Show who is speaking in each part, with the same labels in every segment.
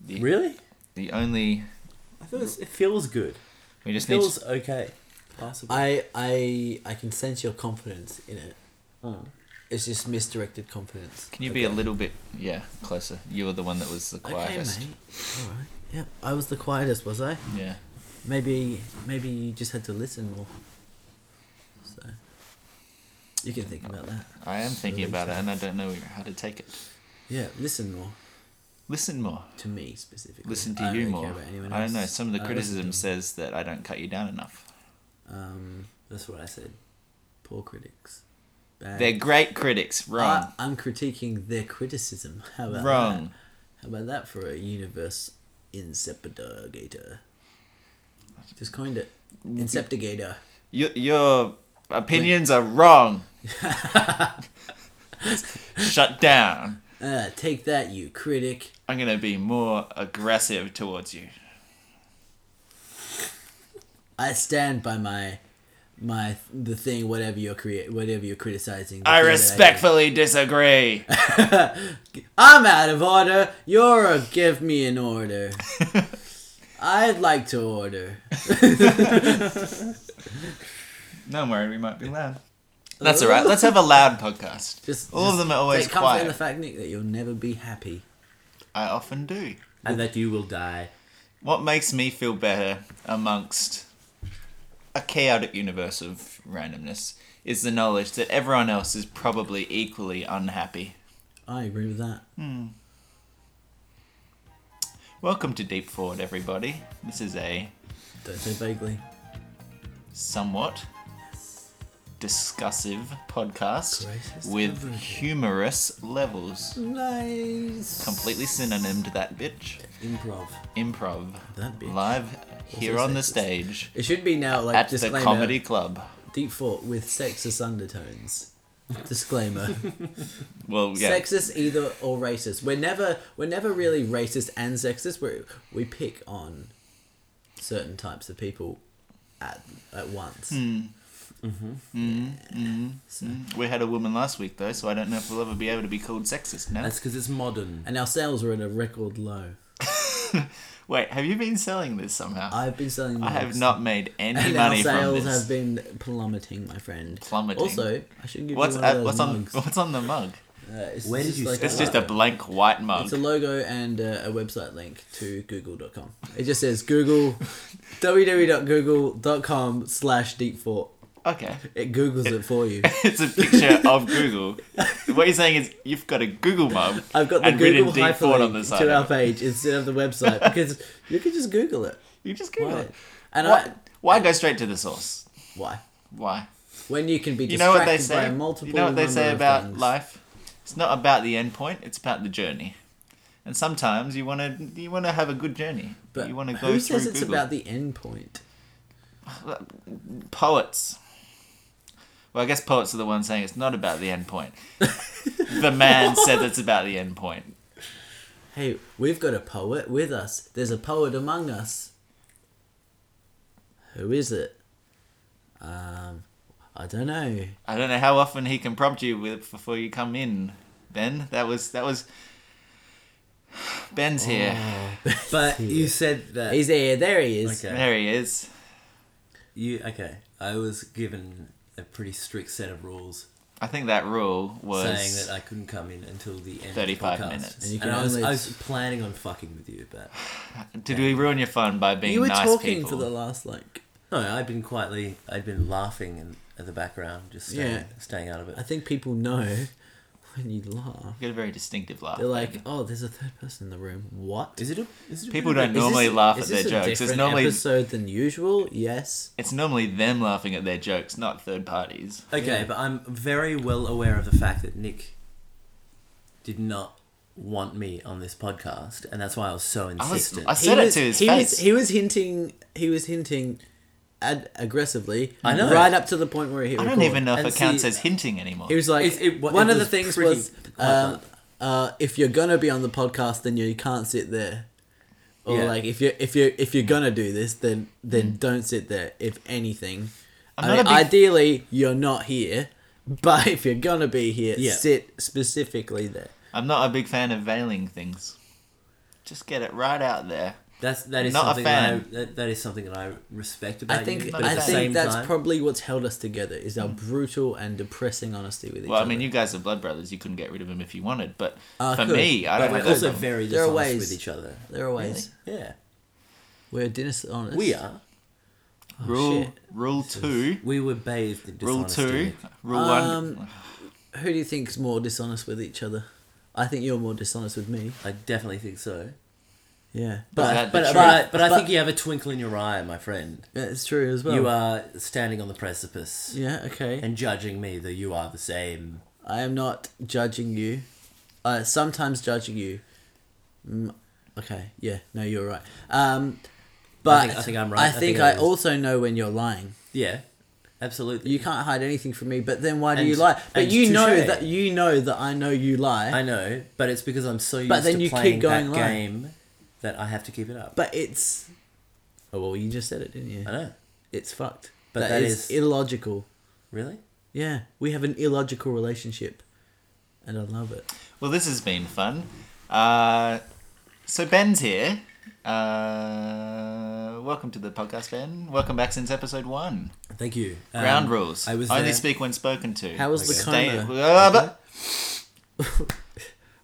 Speaker 1: The,
Speaker 2: Really?
Speaker 1: The only
Speaker 3: I thought it's,
Speaker 2: It feels good.
Speaker 1: we just need.
Speaker 2: Feels
Speaker 1: To,
Speaker 2: okay.
Speaker 3: passable.
Speaker 4: I I I can sense your confidence in it.
Speaker 2: Hmm.
Speaker 4: It's just misdirected confidence.
Speaker 1: can you be a little bit yeah closer? You were the one that was the
Speaker 4: Okay,
Speaker 1: quietest.
Speaker 4: mate. All right. Yeah, I was the quietest, was I?
Speaker 1: Yeah.
Speaker 4: Maybe maybe you just had to listen more. So you can think about that.
Speaker 1: I am thinking
Speaker 4: Really
Speaker 1: about it, and I don't know how to take it.
Speaker 4: Yeah, listen more
Speaker 1: Listen more.
Speaker 4: to me specifically.
Speaker 1: Listen to
Speaker 4: I don't
Speaker 1: you
Speaker 4: really
Speaker 1: more.
Speaker 4: care about anyone
Speaker 1: I don't
Speaker 4: else.
Speaker 1: know. Some of the
Speaker 4: I listen to
Speaker 1: criticism
Speaker 4: them.
Speaker 1: says that I don't cut you down enough.
Speaker 4: Um, that's what I said. Poor critics. Bad.
Speaker 1: They're great critics. Wrong.
Speaker 4: I, am critiquing their criticism. How about
Speaker 1: Wrong.
Speaker 4: Ah, That? How about that for a universe inceptigator? Just coined it. Inceptigator.
Speaker 1: Your, your opinions are wrong. Shut down.
Speaker 4: Ah, take that, you critic.
Speaker 1: I'm gonna be more aggressive towards you.
Speaker 4: I stand by my my the thing whatever you're create whatever you're criticizing. the
Speaker 1: I
Speaker 4: thing that
Speaker 1: respectfully disagree.
Speaker 4: did. I'm out of order. You're a give me an order. I'd like to order.
Speaker 1: No, I'm worried we might be loud. That's all right. Let's have a loud podcast.
Speaker 4: Just
Speaker 1: All of
Speaker 4: just
Speaker 1: them are always
Speaker 4: take comfort in
Speaker 1: quiet.
Speaker 4: the fact, Nick, that you'll never be happy.
Speaker 1: I often do.
Speaker 2: And that you will die.
Speaker 1: What makes me feel better amongst a chaotic universe of randomness is the knowledge that everyone else is probably equally unhappy.
Speaker 4: I agree with that.
Speaker 1: Welcome to Deep Forward, everybody. This is a
Speaker 4: Don't say vaguely.
Speaker 1: somewhat discussive podcast
Speaker 4: Gracious
Speaker 1: with
Speaker 4: heaven.
Speaker 1: humorous levels.
Speaker 4: Nice.
Speaker 1: Completely synonymed that bitch.
Speaker 4: Improv.
Speaker 1: Improv.
Speaker 4: That bitch.
Speaker 1: Live here on the
Speaker 4: sexist.
Speaker 1: stage
Speaker 4: It should be now like
Speaker 1: at the
Speaker 4: disclaimer.
Speaker 1: comedy club.
Speaker 4: Deep thought with sexist undertones. disclaimer.
Speaker 1: Well, yeah.
Speaker 4: Sexist either or racist. We're never we're never really racist and sexist. We we pick on certain types of people at at once.
Speaker 1: Hmm. We had a woman last week though, so I don't know if we'll ever be able to be called sexist now.
Speaker 2: That's because it's modern.
Speaker 4: And our sales were at a record low.
Speaker 1: Wait, have you been selling this somehow? I,
Speaker 4: I've been selling.
Speaker 1: have
Speaker 4: mugs.
Speaker 1: not made any
Speaker 4: And our
Speaker 1: money from
Speaker 4: sales
Speaker 1: this.
Speaker 4: have been plummeting, my friend.
Speaker 1: Plummeting.
Speaker 4: Also, I should give
Speaker 1: what's
Speaker 4: you one of
Speaker 1: uh,
Speaker 4: those
Speaker 1: what's on
Speaker 4: mugs.
Speaker 1: what's on the mug?
Speaker 4: Uh, it's
Speaker 2: Where did
Speaker 4: just
Speaker 2: you
Speaker 4: like
Speaker 2: see
Speaker 1: It's
Speaker 2: that?
Speaker 1: just a blank white mug.
Speaker 4: It's a logo and uh, a website link to google.com. It just says Google, www.google.com slash deep fort.
Speaker 1: okay,
Speaker 4: It Googles it for you.
Speaker 1: it's a picture of Google. what you're saying is you've got a Google mug.
Speaker 4: I've got the
Speaker 1: and
Speaker 4: Google
Speaker 1: written deep thought on the
Speaker 4: hyperlink
Speaker 1: side.
Speaker 4: to our
Speaker 1: of it.
Speaker 4: page instead of the website because you can just Google it.
Speaker 1: You just Google
Speaker 4: Why?
Speaker 1: it.
Speaker 4: And
Speaker 1: Why,
Speaker 4: I,
Speaker 1: why go straight to the source?
Speaker 4: why?
Speaker 1: Why?
Speaker 4: When you can be
Speaker 1: You
Speaker 4: distracted
Speaker 1: know what they say.
Speaker 4: by multiple
Speaker 1: you know what they say
Speaker 4: number of
Speaker 1: about
Speaker 4: things.
Speaker 1: life. It's not about the end point. It's about the journey. And sometimes you want to you want to have a good journey.
Speaker 4: But
Speaker 1: you want to go
Speaker 4: who
Speaker 1: through
Speaker 4: says it's
Speaker 1: Google.
Speaker 4: about the end point?
Speaker 1: poets. Well, I guess poets are the ones saying it's not about the end point. the man said it's about the end point.
Speaker 4: Hey, we've got a poet with us. There's a poet among us. Who is it? Um, I don't know.
Speaker 1: I don't know how often he can prompt you with before you come in, Ben. That was that was. Ben's here.
Speaker 4: Oh,
Speaker 2: But you said that
Speaker 4: He's there. There he is.
Speaker 2: Okay.
Speaker 1: There he is.
Speaker 2: you okay. I was given a pretty strict set of rules
Speaker 1: I think that rule was
Speaker 2: saying that I couldn't come in until the end. of the
Speaker 1: 35
Speaker 2: podcast.
Speaker 1: minutes. And
Speaker 4: you
Speaker 2: And,
Speaker 4: can
Speaker 2: I, was,
Speaker 4: only-
Speaker 2: I was planning on fucking with you, but
Speaker 1: Did we ruin your fun by being
Speaker 4: You were
Speaker 1: nice
Speaker 4: talking
Speaker 1: people?
Speaker 4: for the last like.
Speaker 2: no, I'd been quietly. I'd been laughing in, at the background, just staying,
Speaker 4: Yeah.
Speaker 2: staying out of it.
Speaker 4: I think people know when you laugh.
Speaker 1: You Get a very distinctive laugh.
Speaker 4: They're like,
Speaker 1: don't you?
Speaker 4: "Oh, there's a third person in the room. What?"
Speaker 2: Is it a? Is it a
Speaker 1: People
Speaker 2: bit of
Speaker 1: don't
Speaker 2: a-
Speaker 4: Is
Speaker 1: normally
Speaker 4: this-
Speaker 1: laugh
Speaker 4: is
Speaker 1: at their
Speaker 4: this a
Speaker 1: jokes. It's
Speaker 4: different
Speaker 1: normally-
Speaker 4: episode than usual. Yes.
Speaker 1: it's normally them laughing at their jokes, not third parties.
Speaker 2: Okay,
Speaker 4: Yeah.
Speaker 2: but I'm very well aware of the fact that Nick did not want me on this podcast, and that's why I was so
Speaker 1: I, was,
Speaker 2: insistent.
Speaker 1: I said it
Speaker 4: was-
Speaker 1: to his
Speaker 4: he
Speaker 1: face.
Speaker 4: Was, he was hinting. He was hinting, ad- aggressively.
Speaker 2: I know.
Speaker 4: Right up to the point where he.
Speaker 1: I don't even know if
Speaker 2: And
Speaker 1: it counts
Speaker 2: see-
Speaker 1: as hinting anymore.
Speaker 4: He was like,
Speaker 2: It's- it wa-
Speaker 4: one
Speaker 2: it
Speaker 4: of the
Speaker 2: was
Speaker 4: things
Speaker 2: pretty
Speaker 4: was,
Speaker 2: quite
Speaker 4: um,
Speaker 2: blunt.
Speaker 4: uh, if you're gonna be on the podcast, then you can't sit there. Or
Speaker 2: Yeah.
Speaker 4: like, if you are if you are if you're gonna do this, then then don't sit there. If anything,
Speaker 1: I'm
Speaker 4: I mean,
Speaker 1: not a big-
Speaker 4: ideally you're not here, but if you're gonna be here,
Speaker 2: Yeah.
Speaker 4: sit specifically there.
Speaker 1: I'm not a big fan of veiling things. Just get it right out there.
Speaker 2: That's that is
Speaker 1: Not a
Speaker 2: something that I,
Speaker 1: fan.
Speaker 2: that, that is something that I respect about
Speaker 4: I think
Speaker 2: you. But at
Speaker 4: I
Speaker 2: the
Speaker 4: think
Speaker 2: same
Speaker 4: that's
Speaker 2: time,
Speaker 4: probably what's held us together is our brutal and depressing honesty with each
Speaker 1: Well, I
Speaker 4: other.
Speaker 1: mean, you guys are blood brothers. You couldn't get rid of him if you wanted, but
Speaker 4: Uh,
Speaker 1: for
Speaker 4: could.
Speaker 1: me, I
Speaker 2: but
Speaker 1: don't
Speaker 2: we're
Speaker 1: have
Speaker 2: also
Speaker 1: that. problem.
Speaker 2: very
Speaker 4: There are
Speaker 2: dishonest
Speaker 4: ways.
Speaker 2: with each other.
Speaker 4: there are ways.
Speaker 2: Yeah,
Speaker 4: We're dishonest.
Speaker 2: we are.
Speaker 4: Oh,
Speaker 1: Rule
Speaker 4: shit.
Speaker 1: rule two,
Speaker 2: We were bathed in
Speaker 1: Hmm? rule
Speaker 2: dishonesty.
Speaker 1: two, rule
Speaker 4: Um,
Speaker 1: one.
Speaker 4: Who do you think's more dishonest with each other? I think you're more dishonest with me.
Speaker 2: I definitely think so.
Speaker 4: Yeah,
Speaker 1: that
Speaker 2: But
Speaker 1: the
Speaker 2: but,
Speaker 1: truth?
Speaker 2: but but I think
Speaker 4: But-
Speaker 2: you have a twinkle in your eye, my friend.
Speaker 4: that's true as well.
Speaker 2: You are standing on the precipice
Speaker 4: Yeah. Okay.
Speaker 2: and judging me that you are the same.
Speaker 4: I am not judging you. Uh, sometimes judging you. Mm, okay. Yeah. No, you're right. Um, but I think, I
Speaker 2: think I'm right. I think
Speaker 4: I,
Speaker 2: I was-
Speaker 4: also know when you're lying.
Speaker 2: Yeah, absolutely.
Speaker 4: You can't hide anything from me. But then why do
Speaker 2: And-
Speaker 4: you lie? But
Speaker 2: and
Speaker 4: you know
Speaker 2: touche.
Speaker 4: that you know that I know you lie.
Speaker 2: I know, but it's because I'm so used
Speaker 4: But then
Speaker 2: to
Speaker 4: you keep
Speaker 2: playing
Speaker 4: going
Speaker 2: that
Speaker 4: live.
Speaker 2: game that I have to keep it up.
Speaker 4: but it's. Oh well, you just said it, didn't you?
Speaker 2: I know.
Speaker 4: It's fucked.
Speaker 2: But
Speaker 4: that
Speaker 2: that
Speaker 4: is,
Speaker 2: is-
Speaker 4: illogical.
Speaker 2: Really?
Speaker 4: Yeah, we have an illogical relationship, and I love it.
Speaker 1: Well, this has been fun. Uh, so Ben's here. Uh, welcome to the podcast, Ben. Welcome back since episode one.
Speaker 2: Thank you. Um,
Speaker 1: Ground rules.
Speaker 2: I was
Speaker 1: only
Speaker 2: there-
Speaker 1: speak when spoken to.
Speaker 4: How was the coma?
Speaker 1: Uh, but-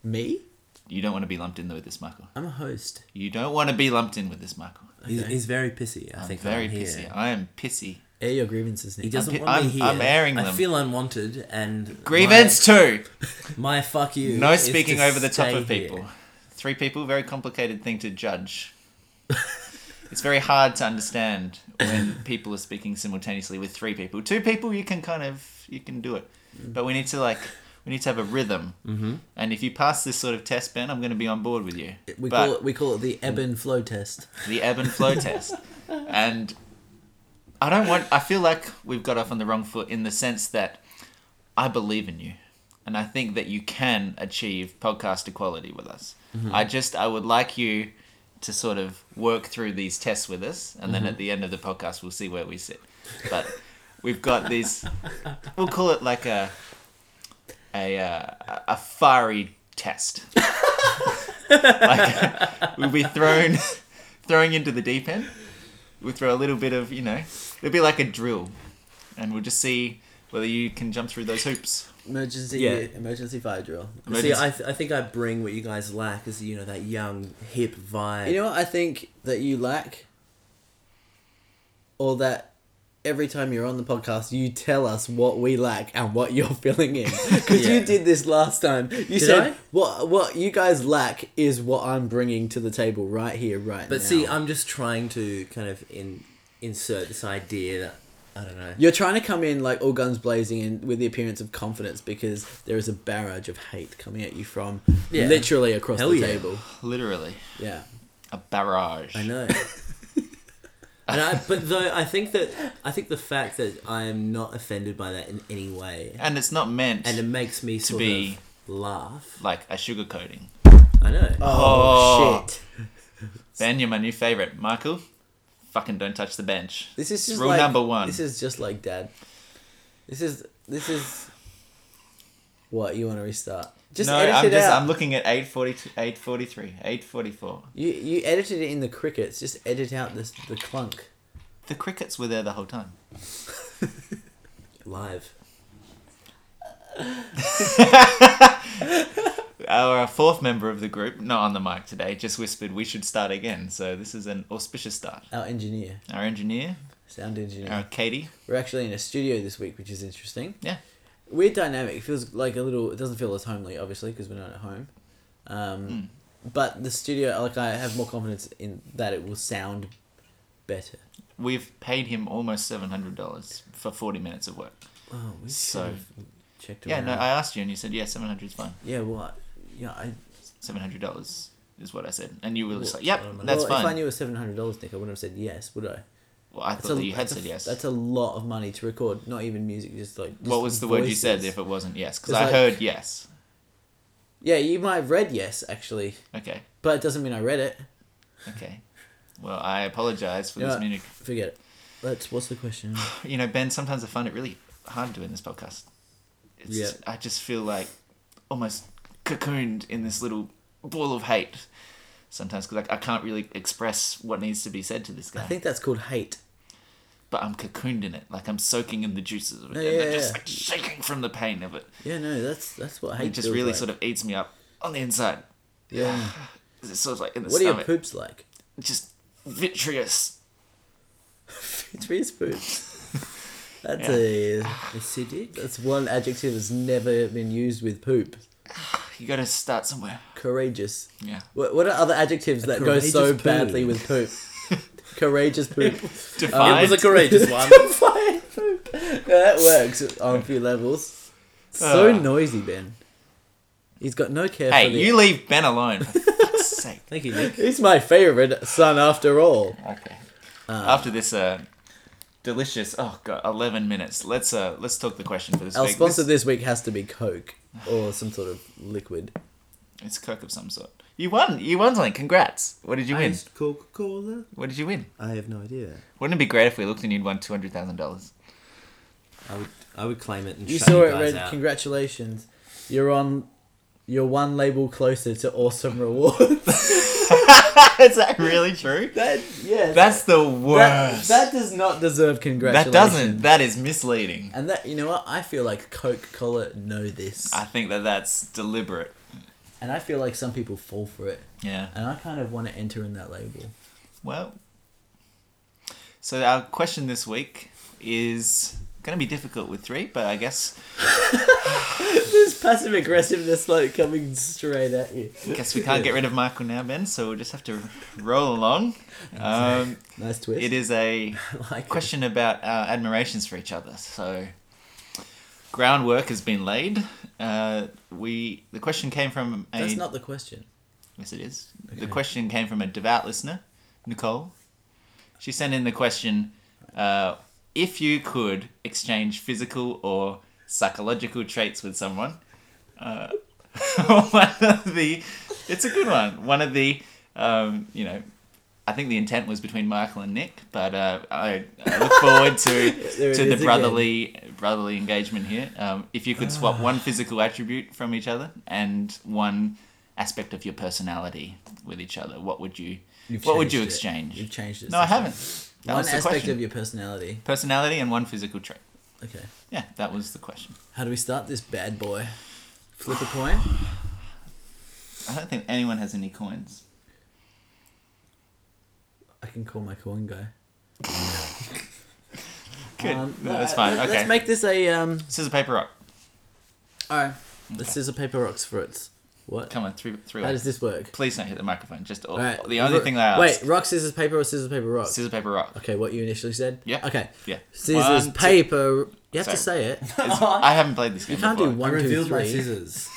Speaker 4: Me?
Speaker 1: You don't want to be lumped in with this, Michael.
Speaker 4: I'm a host.
Speaker 1: You don't want to be lumped in with this, Michael.
Speaker 2: He's, he's very pissy. I
Speaker 1: I'm
Speaker 2: think
Speaker 1: very
Speaker 2: I'm here.
Speaker 1: pissy. I am pissy.
Speaker 4: Air your grievances, Nick.
Speaker 2: He doesn't
Speaker 1: pi-
Speaker 2: want me here.
Speaker 1: I'm- I'm airing
Speaker 2: I
Speaker 1: them.
Speaker 2: feel unwanted and
Speaker 1: Grievance two.
Speaker 2: My, my fuck you.
Speaker 1: No
Speaker 2: is
Speaker 1: speaking
Speaker 2: to
Speaker 1: over the top
Speaker 2: stay
Speaker 1: of people.
Speaker 2: here.
Speaker 1: Three people, very complicated thing to judge. it's very hard to understand when people are speaking simultaneously with three people. Two people, you can kind of you can do it, but we need to like we need to have a rhythm. Mm-hmm. And if you pass this sort of test, Ben, I'm going to be on board with you.
Speaker 4: We
Speaker 1: but
Speaker 4: call it we call it the ebb and flow test.
Speaker 1: the ebb and flow test, and I don't want. I feel like we've got off on the wrong foot in the sense that I believe in you, and I think that you can achieve podcast equality with us. I just I would like you to sort of work through these tests with us, and then at the end of the podcast we'll see where we sit. But we've got these. We'll call it like a a uh, a fiery test. like we'll be thrown thrown into the deep end. We'll throw a little bit of you know. It'll be like a drill, and we'll just see whether you can jump through those hoops.
Speaker 4: Emergency
Speaker 2: Yeah.
Speaker 4: emergency fire drill.
Speaker 2: See, I, th- I think I bring what you guys lack is you know that young hip vibe.
Speaker 4: You know what I think that you lack? Or that every time you're on the podcast you tell us what we lack and what you're filling in. Because
Speaker 2: Yeah.
Speaker 4: you did this last time. You said
Speaker 2: I?
Speaker 4: what what you guys lack is what I'm bringing to the table right here, right now.
Speaker 2: But see, I'm just trying to kind of in, insert this idea that I don't know.
Speaker 4: You're trying to come in like all guns blazing and with the appearance of confidence because there is a barrage of hate coming at you from
Speaker 2: Yeah.
Speaker 4: literally across
Speaker 2: Hell
Speaker 4: the
Speaker 2: yeah.
Speaker 4: table.
Speaker 1: Literally,
Speaker 4: Yeah.
Speaker 1: a barrage.
Speaker 2: I know. and I, but though I think that I think the fact that I am not offended by that in any way,
Speaker 1: And it's not meant
Speaker 2: and it makes me sort
Speaker 1: be-
Speaker 2: of laugh.
Speaker 1: like a sugar coating.
Speaker 2: I know.
Speaker 4: Oh,
Speaker 1: Oh.
Speaker 4: shit.
Speaker 1: Ben, you're my new favorite, Michael. Fucking don't touch the bench.
Speaker 4: This is just
Speaker 1: Rule
Speaker 4: like,
Speaker 1: number one.
Speaker 4: This is just like dad. This is this is what you want to restart. Just
Speaker 1: no,
Speaker 4: edit
Speaker 1: I'm
Speaker 4: it
Speaker 1: just
Speaker 4: out.
Speaker 1: I'm looking at 842, 843, 844.
Speaker 4: You you edited it in the crickets. Just edit out this the clunk.
Speaker 1: The crickets were there the whole time.
Speaker 2: Live.
Speaker 1: Our fourth member of the group, not on the mic today, just whispered we should start again. So this is an auspicious start.
Speaker 4: Our engineer,
Speaker 1: Our engineer,
Speaker 4: sound engineer.
Speaker 1: our Katie.
Speaker 4: We're actually in a studio this week, which is interesting.
Speaker 1: Yeah.
Speaker 4: Weird dynamic. It feels like a little. It doesn't feel as homely, obviously, because we're not at home. Um,
Speaker 1: Hmm.
Speaker 4: But the studio, like, I have more confidence in that it will sound better.
Speaker 1: We've paid him almost seven hundred dollars for forty minutes of work.
Speaker 4: Oh, we
Speaker 1: So-
Speaker 4: should have checked.
Speaker 1: Yeah, no,
Speaker 4: around.
Speaker 1: I asked you and you said yeah, seven hundred is fine.
Speaker 4: Yeah, well, I- yeah, I
Speaker 1: Seven hundred dollars is what I said, and you were just like, yep,
Speaker 2: Well,
Speaker 1: that's
Speaker 4: well,
Speaker 1: fine.
Speaker 4: If I knew it was seven hundred dollars, Nick, I wouldn't have said yes, would I?
Speaker 1: well, I thought that you had
Speaker 4: that's
Speaker 1: said
Speaker 4: a-
Speaker 1: yes.
Speaker 4: That's a lot of money to record. Not even music, just like. Just
Speaker 1: what was the word you said
Speaker 4: voices.
Speaker 1: if it wasn't yes? Because
Speaker 4: It's
Speaker 1: I
Speaker 4: like-
Speaker 1: heard yes.
Speaker 4: Yeah, you might have read yes actually,
Speaker 1: Okay,
Speaker 4: but it doesn't mean I read it.
Speaker 1: okay. Well, I apologize for
Speaker 4: Yeah.
Speaker 1: this music.
Speaker 4: Forget it. Let's. What's the question?
Speaker 1: You know, Ben, sometimes I find it really hard doing this podcast. It's,
Speaker 2: Yeah.
Speaker 1: I just feel like almost cocooned in this little ball of hate sometimes because like I can't really express what needs to be said to this guy.
Speaker 4: I think that's called hate.
Speaker 1: but I'm cocooned in it. Like I'm soaking in the juices of it,
Speaker 4: Yeah,
Speaker 1: and they're
Speaker 4: yeah,
Speaker 1: just
Speaker 4: yeah.
Speaker 1: like shaking from the pain of it.
Speaker 4: Yeah, no, that's that's what hate.
Speaker 1: It just
Speaker 4: feels
Speaker 1: really
Speaker 4: like.
Speaker 1: sort of eats me up on the inside.
Speaker 4: Yeah.
Speaker 1: It's sort of like in the
Speaker 4: What are your
Speaker 1: stomach,
Speaker 4: poops like?
Speaker 1: just vitreous.
Speaker 4: It's his poops. That's a
Speaker 2: Acidic.
Speaker 4: that's one adjective that's never been used with poop.
Speaker 1: You got to start somewhere.
Speaker 4: Courageous.
Speaker 1: Yeah,
Speaker 4: What, what are other adjectives that go so
Speaker 2: courageous poo.
Speaker 4: badly with poop? courageous poop.
Speaker 1: defined.
Speaker 2: It was a courageous one.
Speaker 4: Defiant poop. Yeah, that works on a few levels. So
Speaker 1: Ah.
Speaker 4: noisy, Ben. He's got no care
Speaker 1: hey,
Speaker 4: for the.
Speaker 1: you leave Ben alone. For fuck's sake.
Speaker 2: Thank you, Nick.
Speaker 4: He's my favorite son after all.
Speaker 1: Okay. After this, uh, delicious. Oh god, eleven minutes. Let's uh, let's talk the question for this
Speaker 4: Our
Speaker 1: week.
Speaker 4: sponsor
Speaker 1: This-
Speaker 4: this week has to be Coke or some sort of liquid.
Speaker 1: it's Coke of some sort. You won. You won something. Congrats. What did you win?
Speaker 2: Iced Coca-Cola.
Speaker 1: What did you win?
Speaker 2: I have no idea.
Speaker 1: Wouldn't it be great if we looked and you'd won two hundred thousand dollars?
Speaker 2: I would, I would claim it and
Speaker 4: You
Speaker 2: shut
Speaker 4: saw
Speaker 2: you
Speaker 4: it,
Speaker 2: guys
Speaker 4: Red.
Speaker 2: out.
Speaker 4: Congratulations. You're on. You're one label closer to awesome rewards.
Speaker 1: Is that really true?
Speaker 4: that yeah.
Speaker 1: That's the
Speaker 4: that,
Speaker 1: worst.
Speaker 4: that
Speaker 1: That,
Speaker 4: does not deserve congratulations.
Speaker 1: doesn't. That is misleading.
Speaker 4: And that you know what? I feel like Coca Cola know this,
Speaker 1: I think that that's deliberate.
Speaker 4: and I feel like some people fall for it,
Speaker 1: Yeah.
Speaker 4: and I kind of want to enter in that label.
Speaker 1: Well. So our question this week is going to be difficult with three, but I guess
Speaker 4: this passive aggressiveness like coming straight at you.
Speaker 1: I guess we can't get rid of Michael now, Ben. So we'll just have to roll along. Um,
Speaker 4: Nice twist.
Speaker 1: it is a
Speaker 2: like it.
Speaker 1: question about our admirations for each other. So, groundwork has been laid. Uh, we the question came from a
Speaker 4: That's not the question.
Speaker 1: yes, it is. The
Speaker 4: Okay.
Speaker 1: question came from a devout listener, Nicole. She sent in the question: uh, If you could exchange physical or psychological traits with someone, uh, one of the it's a good one. One of the um, you know. I think the intent was between Michael and Nick, but uh, I, I look forward
Speaker 4: There
Speaker 1: to
Speaker 4: it
Speaker 1: to the
Speaker 4: is
Speaker 1: brotherly brotherly engagement here. Um, if you could swap
Speaker 4: Ah.
Speaker 1: one physical attribute from each other and one aspect of your personality with each other, what would you
Speaker 4: You've
Speaker 1: what would you
Speaker 4: changed it.
Speaker 1: exchange?
Speaker 4: You've changed it.
Speaker 1: no, I
Speaker 4: since
Speaker 1: haven't. That
Speaker 4: One
Speaker 1: was the
Speaker 4: aspect
Speaker 1: question.
Speaker 4: of your personality.
Speaker 1: personality and one physical trait.
Speaker 4: Okay.
Speaker 1: Yeah, that was the question.
Speaker 4: How do we start this bad boy? Flip a coin.
Speaker 1: I don't think anyone has any coins.
Speaker 4: I can call my coin guy.
Speaker 1: Good.
Speaker 4: Um,
Speaker 1: No,
Speaker 4: no,
Speaker 1: that's
Speaker 4: uh,
Speaker 1: fine.
Speaker 4: let-
Speaker 1: okay.
Speaker 4: Let's make this a um.
Speaker 1: Scissor paper rock.
Speaker 4: All right. This is a paper rocks fruits. What?
Speaker 1: Come on, three three.
Speaker 4: How
Speaker 1: way.
Speaker 4: does this work?
Speaker 1: Please don't hit the microphone. Just all,
Speaker 4: All right.
Speaker 1: the only
Speaker 4: Ro-
Speaker 1: thing that I ask.
Speaker 4: Wait, rock scissors paper or scissors paper rock?
Speaker 1: Scissor paper rock.
Speaker 4: Okay, what you initially said.
Speaker 1: Yeah.
Speaker 4: Okay.
Speaker 1: Yeah.
Speaker 4: Scissors
Speaker 1: One, two-
Speaker 4: paper. You have to
Speaker 1: Sorry.
Speaker 4: say it.
Speaker 1: It's- I haven't played this game.
Speaker 4: You can't
Speaker 1: before.
Speaker 4: do one,
Speaker 2: I
Speaker 4: two,
Speaker 2: revealed my
Speaker 4: three.
Speaker 2: scissors.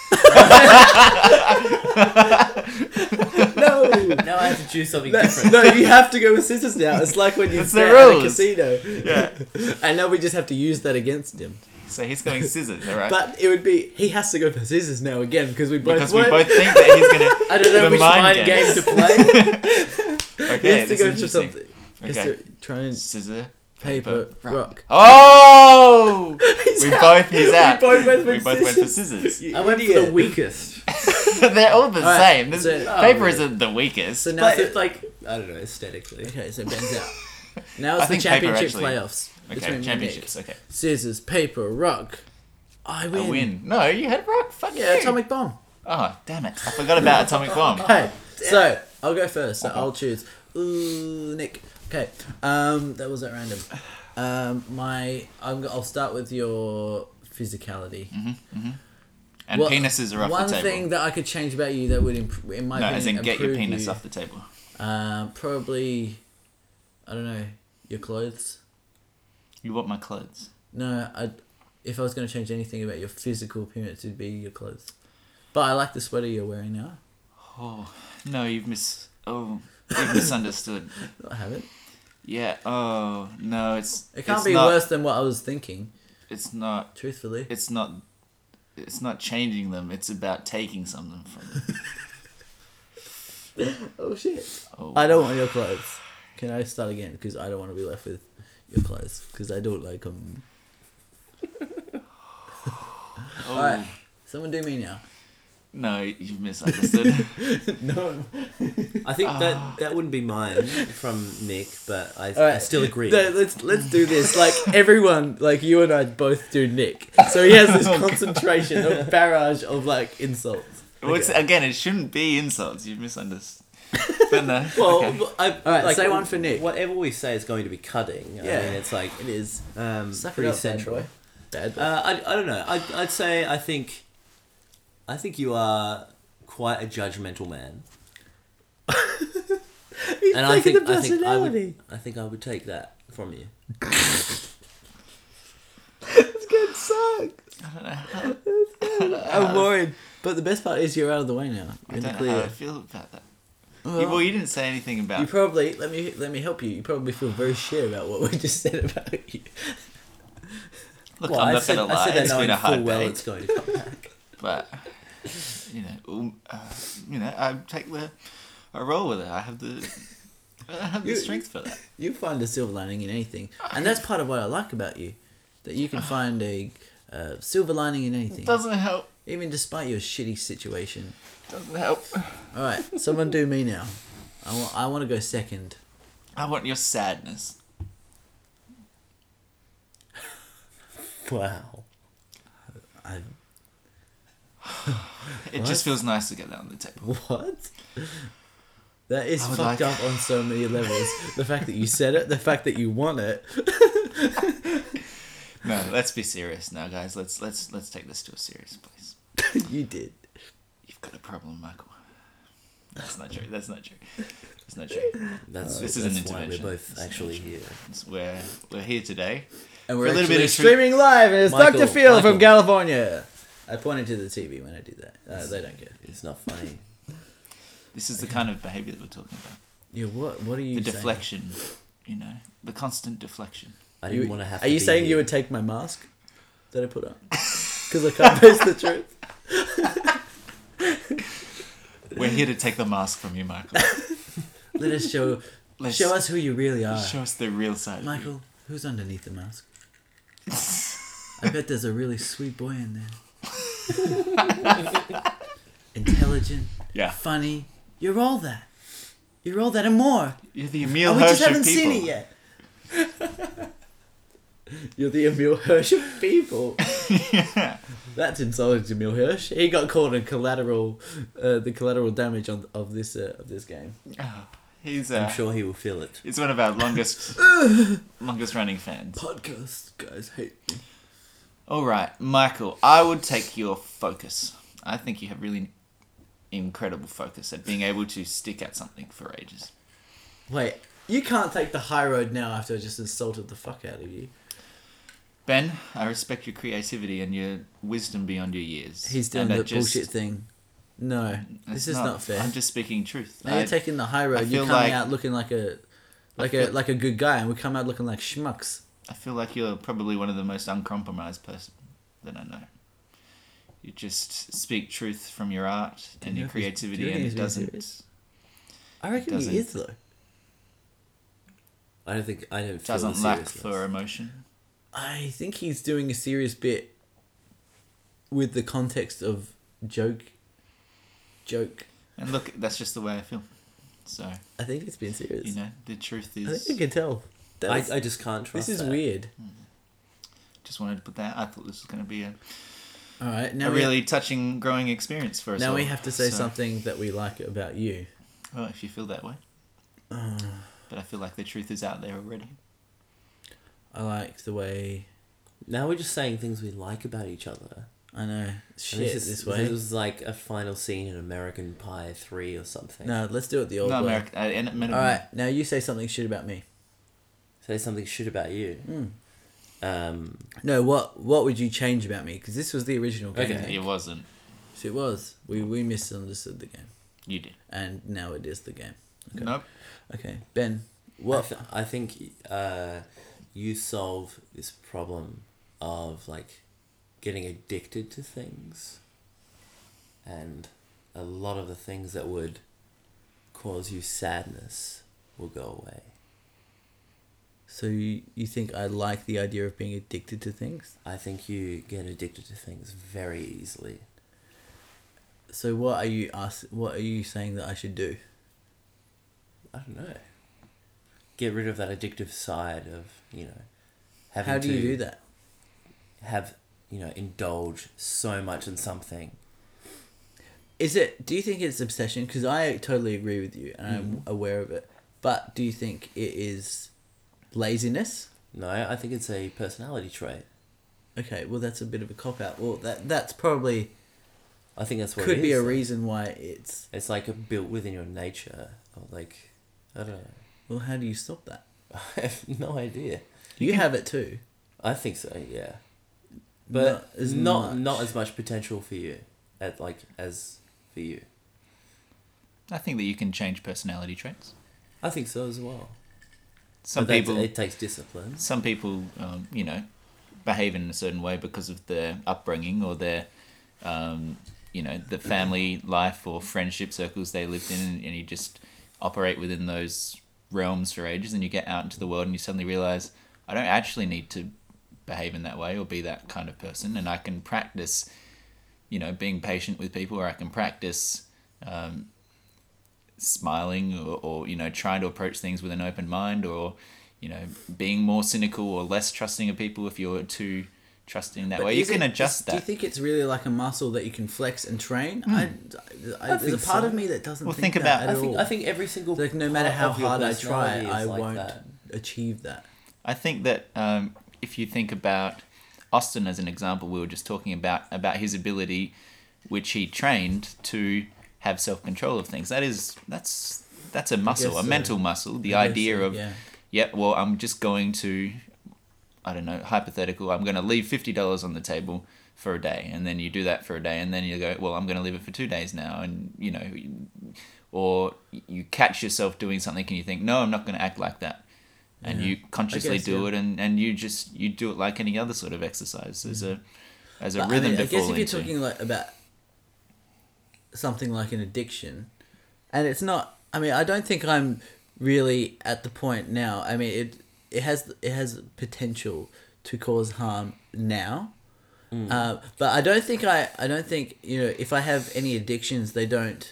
Speaker 4: No.
Speaker 2: now I have to choose something
Speaker 4: No,
Speaker 2: different.
Speaker 4: no, you have to go with scissors now. It's like when you
Speaker 1: It's the
Speaker 4: bet at a
Speaker 1: rules.
Speaker 4: casino.
Speaker 1: Yeah.
Speaker 4: And now we just have to use that against him.
Speaker 1: So he's going scissors, all right?
Speaker 4: But it would be he has to go for scissors now again because we both
Speaker 1: because we
Speaker 4: won.
Speaker 1: both think that he's going to.
Speaker 4: I don't know
Speaker 1: the
Speaker 4: which
Speaker 1: mind
Speaker 4: mind game
Speaker 1: games.
Speaker 4: to play. he
Speaker 1: Okay,
Speaker 4: has to
Speaker 1: this
Speaker 4: go
Speaker 1: is
Speaker 4: for
Speaker 1: interesting.
Speaker 4: something. He has
Speaker 1: Okay.
Speaker 4: to try and
Speaker 1: Scissor,
Speaker 4: paper rock.
Speaker 1: Oh! we
Speaker 4: out.
Speaker 1: both, he's
Speaker 4: We
Speaker 1: out.
Speaker 4: both went for
Speaker 1: We both went for
Speaker 4: scissors.
Speaker 1: scissors.
Speaker 4: You
Speaker 2: I went for the
Speaker 4: idiot.
Speaker 2: weakest.
Speaker 1: They're all the
Speaker 4: Alright,
Speaker 1: same. This,
Speaker 4: so-
Speaker 1: paper
Speaker 2: oh,
Speaker 1: isn't the weakest.
Speaker 4: So now
Speaker 2: But
Speaker 4: it's-
Speaker 2: it's like I don't know aesthetically.
Speaker 4: Okay, so Ben's out. Now
Speaker 1: I
Speaker 4: it's the
Speaker 1: think paper
Speaker 4: championship
Speaker 1: actually-
Speaker 4: playoffs.
Speaker 1: okay,
Speaker 4: me and
Speaker 1: championships.
Speaker 4: Nick.
Speaker 1: Okay.
Speaker 4: Scissors, paper, rock. I
Speaker 1: A
Speaker 4: win.
Speaker 1: win. No, you had rock. Fuck
Speaker 4: Yeah,
Speaker 1: you.
Speaker 4: atomic bomb.
Speaker 1: Oh, damn it. I forgot about Atomic Bomb.
Speaker 4: Okay, so I'll go first. So
Speaker 2: Uh-huh.
Speaker 4: I'll choose. Ooh, Nick. Okay, um, that was at random. Um, my, I'm, go- I'll start with your physicality.
Speaker 1: And
Speaker 4: Well,
Speaker 1: penises are off
Speaker 4: One
Speaker 1: the Mm-hmm. table.
Speaker 4: thing that I could change about you that would, imp- in my
Speaker 1: no, as in
Speaker 4: opinion,
Speaker 1: get your
Speaker 4: improve
Speaker 1: penis
Speaker 4: you,
Speaker 1: off the table.
Speaker 4: Uh, probably, I don't know, your clothes.
Speaker 1: You want my clothes.
Speaker 4: No, I. If I was going to change anything about your physical appearance, it'd be your clothes. But I like the sweater you're wearing now.
Speaker 1: Oh, no, you've mis... Oh, you've misunderstood.
Speaker 4: I haven't.
Speaker 1: Yeah. Oh no, it's
Speaker 4: It can't
Speaker 1: it's
Speaker 4: be
Speaker 1: not,
Speaker 4: worse than what I was thinking.
Speaker 1: It's not.
Speaker 4: Truthfully,
Speaker 1: It's not. It's not changing them. It's about taking something from them.
Speaker 4: Oh shit!
Speaker 1: Oh,
Speaker 4: I don't want your clothes. Can I start again? Because I don't want to be left with your clothes. Because I don't like um, them.
Speaker 1: Oh,
Speaker 4: Alright. Someone do me now.
Speaker 1: No, you've misunderstood.
Speaker 4: no.
Speaker 2: I think
Speaker 1: Ah.
Speaker 2: that that wouldn't be mine from Nick, but I,
Speaker 4: All right.
Speaker 2: I still agree.
Speaker 4: No, let's let's do this. Like everyone, like you and I both do Nick. So he has this concentration of barrage of like insults.
Speaker 1: Well, it's- again, it shouldn't be insults. You've misunderstood. But no.
Speaker 2: well,
Speaker 1: okay.
Speaker 2: I,
Speaker 4: right, say one for Nick.
Speaker 2: Whatever we say is going to be cutting.
Speaker 4: Yeah.
Speaker 2: I mean, it's like
Speaker 4: It is
Speaker 2: um,
Speaker 4: Suck it
Speaker 2: pretty
Speaker 4: up, bad
Speaker 2: central.
Speaker 4: boy. Bad boy.
Speaker 2: Uh, I, I don't know. I'd, I'd say I think, I think you are quite a judgmental man,
Speaker 4: He's
Speaker 2: and I think I think I would I think I would take that from you.
Speaker 4: This kid sucks.
Speaker 1: I don't know how,
Speaker 2: Uh,
Speaker 4: I'm worried. But the best part is you're out of the way now. You're
Speaker 1: I
Speaker 4: in the
Speaker 1: don't know how I
Speaker 4: clear.
Speaker 1: feel about that. You-
Speaker 4: Well,
Speaker 1: well, you didn't say anything about.
Speaker 4: you probably let me let me help you. You probably feel very shit about what we just said about you.
Speaker 1: Look,
Speaker 2: Well,
Speaker 1: I'm
Speaker 2: I
Speaker 1: not
Speaker 2: said,
Speaker 1: gonna
Speaker 2: I
Speaker 1: lie.
Speaker 2: said that
Speaker 1: It's
Speaker 2: knowing
Speaker 1: been a
Speaker 2: full
Speaker 1: hard
Speaker 2: well
Speaker 1: day,
Speaker 2: it's going to come back.
Speaker 1: but you know, um, uh, you know, I take the, I roll with it. I have the, I have the
Speaker 4: You-
Speaker 1: strength for that.
Speaker 4: You find a silver lining in anything, and that's part of what I like about you, that you can find a uh, silver lining in anything,
Speaker 1: Doesn't help.
Speaker 4: even despite your shitty situation.
Speaker 1: Doesn't help.
Speaker 4: All right, someone do me now. I want I want to go second.
Speaker 1: I want your sadness.
Speaker 2: Wow.
Speaker 4: I
Speaker 1: It just feels nice to get that on the table.
Speaker 4: what? That is
Speaker 1: I
Speaker 4: fucked
Speaker 1: would like-
Speaker 4: up on so many levels. the fact that you said it, the fact that you want it.
Speaker 1: No, let's be serious now, guys. Let's let's let's take this to a serious place.
Speaker 4: you did.
Speaker 1: You've got a problem, Michael. That's not true. That's not true. That's not true.
Speaker 2: That's
Speaker 1: This is an
Speaker 2: that's why we're
Speaker 1: intervention.
Speaker 2: both actually here.
Speaker 1: It's- We're we're here today.
Speaker 4: And
Speaker 1: For
Speaker 4: we're
Speaker 1: a little
Speaker 4: actually
Speaker 1: bit of truth-
Speaker 4: streaming live, and it's
Speaker 2: Michael,
Speaker 4: Dr. Phil
Speaker 2: Michael.
Speaker 4: from California. I pointed to the TV when I did that. Uh, they don't care.
Speaker 2: It's not funny.
Speaker 1: This is the kind of behaviour that we're talking about.
Speaker 4: Yeah, what? What are you?
Speaker 1: The
Speaker 4: saying?
Speaker 1: deflection, you know, the constant deflection.
Speaker 2: I
Speaker 4: You-
Speaker 2: didn't want to have.
Speaker 4: Are
Speaker 2: to
Speaker 4: you
Speaker 2: be
Speaker 4: saying
Speaker 2: here.
Speaker 4: you would take my mask that I put on? Because I can't face the truth.
Speaker 1: We're here to take the mask from you, Michael.
Speaker 4: Let us show
Speaker 1: Let's
Speaker 4: show us who you really are,
Speaker 1: show us the real side. of you.
Speaker 4: Michael. Who's underneath the mask? I bet there's a really sweet boy in there. Intelligent,
Speaker 1: Yeah,
Speaker 4: funny. You're all that. You're all that and more.
Speaker 1: you're the Emil
Speaker 4: and Oh, we
Speaker 1: Hirsch
Speaker 4: just
Speaker 1: of
Speaker 4: haven't
Speaker 1: people.
Speaker 4: seen it yet. You're the Emil Hirsch of people.
Speaker 1: yeah.
Speaker 4: That's insulting to Emil Hirsch. He got caught in collateral, uh, the collateral damage on, of this uh, of this game.
Speaker 1: Oh, he's uh,
Speaker 2: I'm sure he will feel it.
Speaker 1: he's one of our longest longest running fans.
Speaker 4: Podcast guys hate me.
Speaker 1: All right, Michael, I would take your focus. I think you have really incredible focus at being able to stick at something for ages.
Speaker 4: Wait, you can't take the high road now after I just insulted the fuck out of you.
Speaker 1: Ben, I respect your creativity and your wisdom beyond your years.
Speaker 4: He's doing
Speaker 1: And I
Speaker 4: the
Speaker 1: just-
Speaker 4: bullshit thing. No,
Speaker 1: it's
Speaker 4: this is not, fair.
Speaker 1: I'm just speaking truth.
Speaker 4: now you're
Speaker 1: I-
Speaker 4: taking the high
Speaker 1: I
Speaker 4: road. You're
Speaker 1: feel
Speaker 4: coming
Speaker 1: like-
Speaker 4: out looking like a, like
Speaker 1: I
Speaker 4: a
Speaker 1: feel-
Speaker 4: like a good guy, and we come out looking like schmucks.
Speaker 1: I feel like you're probably one of the most uncompromised person that I know. You just speak truth from your art and
Speaker 4: you know
Speaker 1: your
Speaker 4: if he's- do
Speaker 1: creativity,
Speaker 4: you
Speaker 1: and
Speaker 4: think
Speaker 1: it
Speaker 4: he's being
Speaker 1: doesn't
Speaker 4: serious? I reckon
Speaker 1: doesn't-
Speaker 4: he is though.
Speaker 2: I don't think I don't feel
Speaker 1: doesn't
Speaker 2: the
Speaker 1: lack
Speaker 2: seriousness.
Speaker 1: for emotion.
Speaker 4: I think he's doing a serious bit with the context of joke. Joke.
Speaker 1: And look, that's just the way I feel. So
Speaker 4: I think it's been serious.
Speaker 1: you know, the truth
Speaker 4: I think
Speaker 1: is.
Speaker 4: you can tell. That
Speaker 2: I,
Speaker 4: was-
Speaker 2: I just can't trust.
Speaker 4: this is
Speaker 2: that.
Speaker 4: weird.
Speaker 1: Just wanted to put that. I thought this was going to be a,
Speaker 4: All right,
Speaker 1: a
Speaker 4: now
Speaker 1: really touching, growing experience for
Speaker 4: we,
Speaker 1: us.
Speaker 4: now
Speaker 1: all.
Speaker 4: we have to say
Speaker 1: So-
Speaker 4: something that we like about you.
Speaker 1: Well, if you feel that way. But I feel like the truth is out there already.
Speaker 4: I like the way
Speaker 2: Now we're just saying things we like about each other.
Speaker 4: I know shit
Speaker 2: And
Speaker 4: this,
Speaker 2: is,
Speaker 4: way.
Speaker 2: This was like a final scene in American Pie Three or something.
Speaker 4: No, let's do it the old
Speaker 1: No,
Speaker 4: way.
Speaker 1: America. Uh, and it meant
Speaker 4: All right, now you say something shit about me. Hmm.
Speaker 2: Say something shit about you. Um,
Speaker 4: No, what what would you change about me? Because this was the original game.
Speaker 2: Okay.
Speaker 4: Nick.
Speaker 1: It wasn't.
Speaker 4: So it was. We we misunderstood the game,
Speaker 1: You did.
Speaker 4: and now it is the game. Okay.
Speaker 1: Nope.
Speaker 4: Okay, Ben.
Speaker 2: I,
Speaker 4: What
Speaker 2: th- I think uh, you solve this problem of like getting addicted to things, and a lot of the things that would cause you sadness will go away.
Speaker 4: So you, you think I like the idea of being addicted to things?
Speaker 2: I think you get addicted to things very easily.
Speaker 4: So what are you ask? What are you saying that I should do?
Speaker 2: I don't know. Get rid of that addictive side of you know having
Speaker 4: How do
Speaker 2: to
Speaker 4: you do that?
Speaker 2: have you know indulge so much in something.
Speaker 4: Is it? Do you think it's obsession? Because I totally agree with you, and
Speaker 2: Mm-hmm.
Speaker 4: I'm aware of it. But do you think it is laziness?
Speaker 2: No, I think it's a personality trait.
Speaker 4: Okay, well that's a bit of a cop out. Well, that that's probably
Speaker 2: I think that's what
Speaker 4: could
Speaker 2: it
Speaker 4: be
Speaker 2: is,
Speaker 4: a
Speaker 2: though.
Speaker 4: reason why it's.
Speaker 2: It's like a built within your nature. Or like I don't know.
Speaker 4: Well, how do you stop that?
Speaker 2: I have no idea.
Speaker 4: You have it too.
Speaker 2: I think so. Yeah, but
Speaker 4: Not as
Speaker 2: not
Speaker 4: much.
Speaker 2: not as much potential for you at like as for you.
Speaker 1: I think that you can change personality traits.
Speaker 2: I think so as well.
Speaker 1: Some
Speaker 2: But that's-
Speaker 1: people,
Speaker 2: it takes discipline.
Speaker 1: some people, um, you know, behave in a certain way because of their upbringing or their, um, you know, the family life or friendship circles they lived in, and, and you just operate within those realms for ages, and you get out into the world, and you suddenly realize I don't actually need to behave in that way or be that kind of person, and I can practice, you know, being patient with people, or I can practice. Um, smiling or, or you know trying to approach things with an open mind or you know being more cynical or less trusting of people if you're too trusting that
Speaker 4: But
Speaker 1: way you
Speaker 4: is
Speaker 1: can
Speaker 4: it-
Speaker 1: adjust
Speaker 4: Do you
Speaker 1: that Hmm.
Speaker 4: think it's really like a muscle that you can flex and train? I, I,
Speaker 2: I
Speaker 4: there's a
Speaker 2: think
Speaker 4: part
Speaker 2: so.
Speaker 4: of me that doesn't.
Speaker 1: Well,
Speaker 4: think,
Speaker 1: think
Speaker 4: that
Speaker 1: about-
Speaker 4: At
Speaker 2: I think
Speaker 4: all.
Speaker 2: I think every single
Speaker 4: like no matter
Speaker 2: part
Speaker 4: how
Speaker 2: of your
Speaker 4: hard I try,
Speaker 2: personality is
Speaker 4: I
Speaker 2: like
Speaker 4: won't
Speaker 2: that.
Speaker 4: achieve that.
Speaker 1: I think that um, if you think about Austin as an example, we were just talking about about his ability, which he trained to have self control of things. That is that's that's a muscle,
Speaker 4: guess
Speaker 1: a
Speaker 4: so.
Speaker 1: mental muscle. The
Speaker 4: I guess
Speaker 1: idea
Speaker 4: so,
Speaker 1: of
Speaker 4: yeah.
Speaker 1: yeah. well, I'm just going to, I don't know, hypothetical. I'm going to leave fifty dollars on the table for a day, and then you do that for a day, and then you go, well, I'm going to leave it for two days now, and you know, or you catch yourself doing something, and you think, no, I'm not going to act like that. And
Speaker 4: Yeah.
Speaker 1: you consciously
Speaker 4: guess,
Speaker 1: do
Speaker 4: yeah.
Speaker 1: it and, and you just you do it like any other sort of exercise as a as a
Speaker 4: Mm-hmm. But,
Speaker 1: rhythm
Speaker 4: I, mean,
Speaker 1: to
Speaker 4: I guess
Speaker 1: fall
Speaker 4: if you're
Speaker 1: into.
Speaker 4: talking like about something like an addiction, and it's not. I mean, I don't think I'm really at the point now. I mean, it it has it has potential to cause harm now.
Speaker 1: Hmm.
Speaker 4: Uh, but I don't think I, I don't think you know if I have any addictions they don't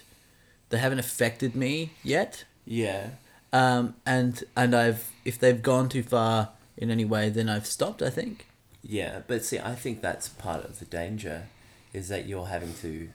Speaker 4: they haven't affected me yet
Speaker 2: Yeah,
Speaker 4: um, and and I've if they've gone too far in any way, then I've stopped. I think.
Speaker 2: yeah. But see, I think that's part of the danger, is that you're having to.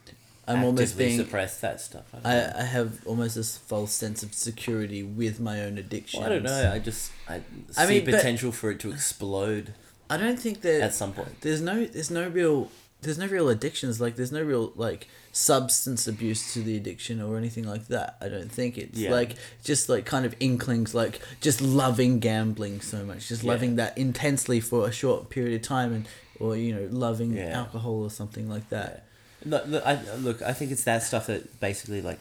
Speaker 4: I'm almost
Speaker 2: actively
Speaker 4: being-
Speaker 2: suppress that stuff. I don't
Speaker 4: I,
Speaker 2: know.
Speaker 4: I have almost this false sense of security with my own addiction.
Speaker 2: Well, I don't know. I just I,
Speaker 4: I
Speaker 2: see
Speaker 4: mean, but-
Speaker 2: potential for it to explode
Speaker 4: I don't think that
Speaker 2: at some point.
Speaker 4: there's no there's no real there's no real addictions like there's no real like substance abuse to the addiction or anything like that. I don't think it's
Speaker 2: Yeah.
Speaker 4: like just like kind of inklings like just loving gambling so much, just
Speaker 2: Yeah.
Speaker 4: loving that intensely for a short period of time and or you know loving
Speaker 2: Yeah.
Speaker 4: alcohol or something like that.
Speaker 2: No, look, I, look, I think it's that stuff that basically like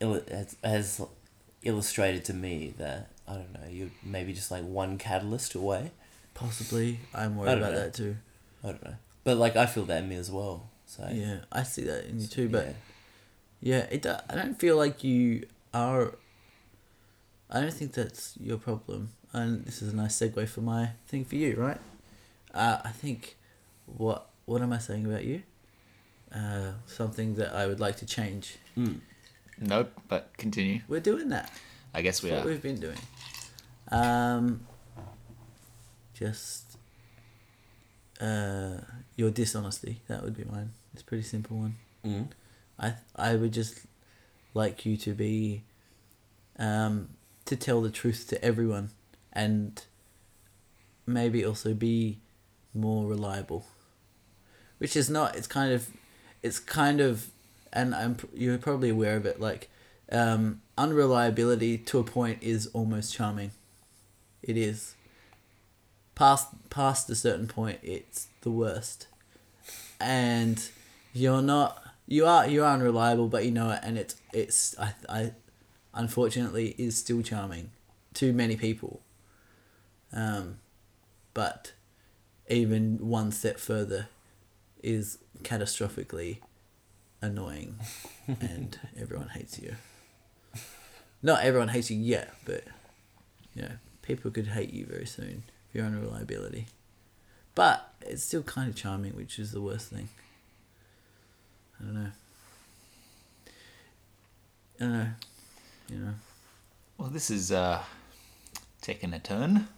Speaker 2: il- has, has illustrated to me that I don't know. You're maybe just like one catalyst away.
Speaker 4: Possibly, I'm
Speaker 2: I
Speaker 4: worried
Speaker 2: don't
Speaker 4: about
Speaker 2: know.
Speaker 4: that too.
Speaker 2: I don't know, but like I feel that in me as well. So
Speaker 4: Yeah, I see that in you
Speaker 2: so,
Speaker 4: too. But
Speaker 2: yeah.
Speaker 4: yeah, it. do- I don't feel like you are. I don't think that's your problem, and this is a nice segue for my thing for you, right? Uh, I think, what what am I saying about you? Uh, something that I would like to change.
Speaker 2: Mm,
Speaker 1: Nope, but continue.
Speaker 4: We're doing that.
Speaker 1: I guess we
Speaker 4: That's what
Speaker 1: are.
Speaker 4: we've been doing. Um, just uh, your dishonesty. That would be mine. It's a pretty simple one.
Speaker 2: Mm.
Speaker 4: I I would just like you to be um to tell the truth to everyone and maybe also be more reliable which is not it's kind of it's kind of and I'm pr- you're probably aware of it like um unreliability to a point is almost charming it is past past a certain point it's the worst and you're not you are you are unreliable but you know it and it's it's i, I unfortunately is still charming to many people um but even one step further is catastrophically annoying and everyone hates you not everyone hates you yet but you know people could hate you very soon for your unreliability but it's still kind of charming which is the worst thing I don't know. I don't know. You know.
Speaker 1: Well, this is uh, taking a turn,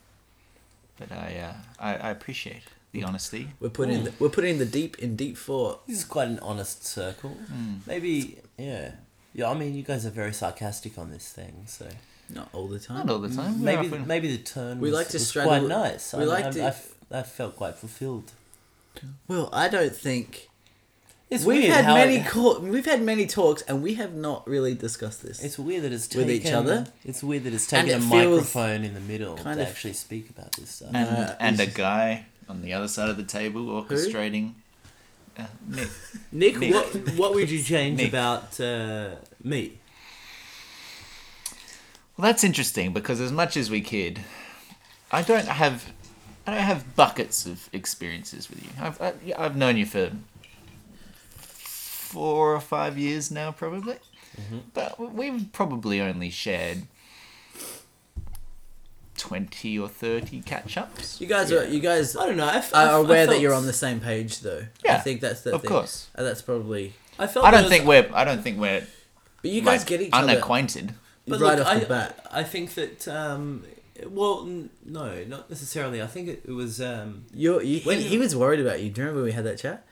Speaker 1: but I, uh, I I appreciate the honesty.
Speaker 4: We're putting the, we're putting the deep in deep thought.
Speaker 2: This is quite an honest circle.
Speaker 4: Mm.
Speaker 2: Maybe, yeah. Yeah, I mean, you guys are very sarcastic on this thing, so
Speaker 4: Not all the time.
Speaker 1: Not all the time. We're
Speaker 2: maybe
Speaker 1: often-
Speaker 2: maybe the turn
Speaker 4: We
Speaker 2: was,
Speaker 4: like to
Speaker 2: was
Speaker 4: straddle-
Speaker 2: quite nice.
Speaker 4: we
Speaker 2: I,
Speaker 4: like
Speaker 2: I,
Speaker 4: to-
Speaker 2: I f- I felt quite fulfilled.
Speaker 4: Well, I don't think
Speaker 2: It's
Speaker 4: we've
Speaker 2: weird
Speaker 4: had
Speaker 2: how
Speaker 4: many
Speaker 2: it-
Speaker 4: co- we've had many talks and we have not really discussed this.
Speaker 2: It's weird that it's taken,
Speaker 4: With each other.
Speaker 2: It's weird that it's taken a
Speaker 4: it feels
Speaker 2: microphone in the middle to
Speaker 4: kind of-
Speaker 2: actually speak about this stuff.
Speaker 1: and
Speaker 4: Uh,
Speaker 1: and a
Speaker 4: this is-
Speaker 1: guy on the other side of the table orchestrating. Uh, Nick.
Speaker 2: Nick,
Speaker 1: Nick.
Speaker 2: what what would you change
Speaker 1: Nick.
Speaker 2: about uh, me?
Speaker 1: Well, that's interesting because as much as we kid, I don't have, I don't have buckets of experiences with you. I've I, yeah, I've known you for four or five years now, probably. But we've probably only shared twenty or thirty catch-ups.
Speaker 4: you guys are you guys
Speaker 2: I don't know. I f- I f-
Speaker 4: are
Speaker 2: I
Speaker 4: aware that
Speaker 2: felt-
Speaker 4: you're on the same page though. I
Speaker 1: Yeah,
Speaker 4: think that's the
Speaker 1: of
Speaker 4: thing.
Speaker 1: course.
Speaker 4: And that's probably
Speaker 2: I felt.
Speaker 1: I
Speaker 2: there
Speaker 1: don't
Speaker 2: was-
Speaker 1: think we're. I don't think we're.
Speaker 4: But you guys
Speaker 1: like,
Speaker 4: get each other right
Speaker 1: unacquainted.
Speaker 2: but look,
Speaker 4: off
Speaker 2: I,
Speaker 4: the bat.
Speaker 2: I think that. Um, well, n- no, not necessarily. I think it, it was. Um,
Speaker 4: You're, you,
Speaker 2: When
Speaker 4: he,
Speaker 2: you-
Speaker 4: he was worried about you. Do you remember when we had that chat?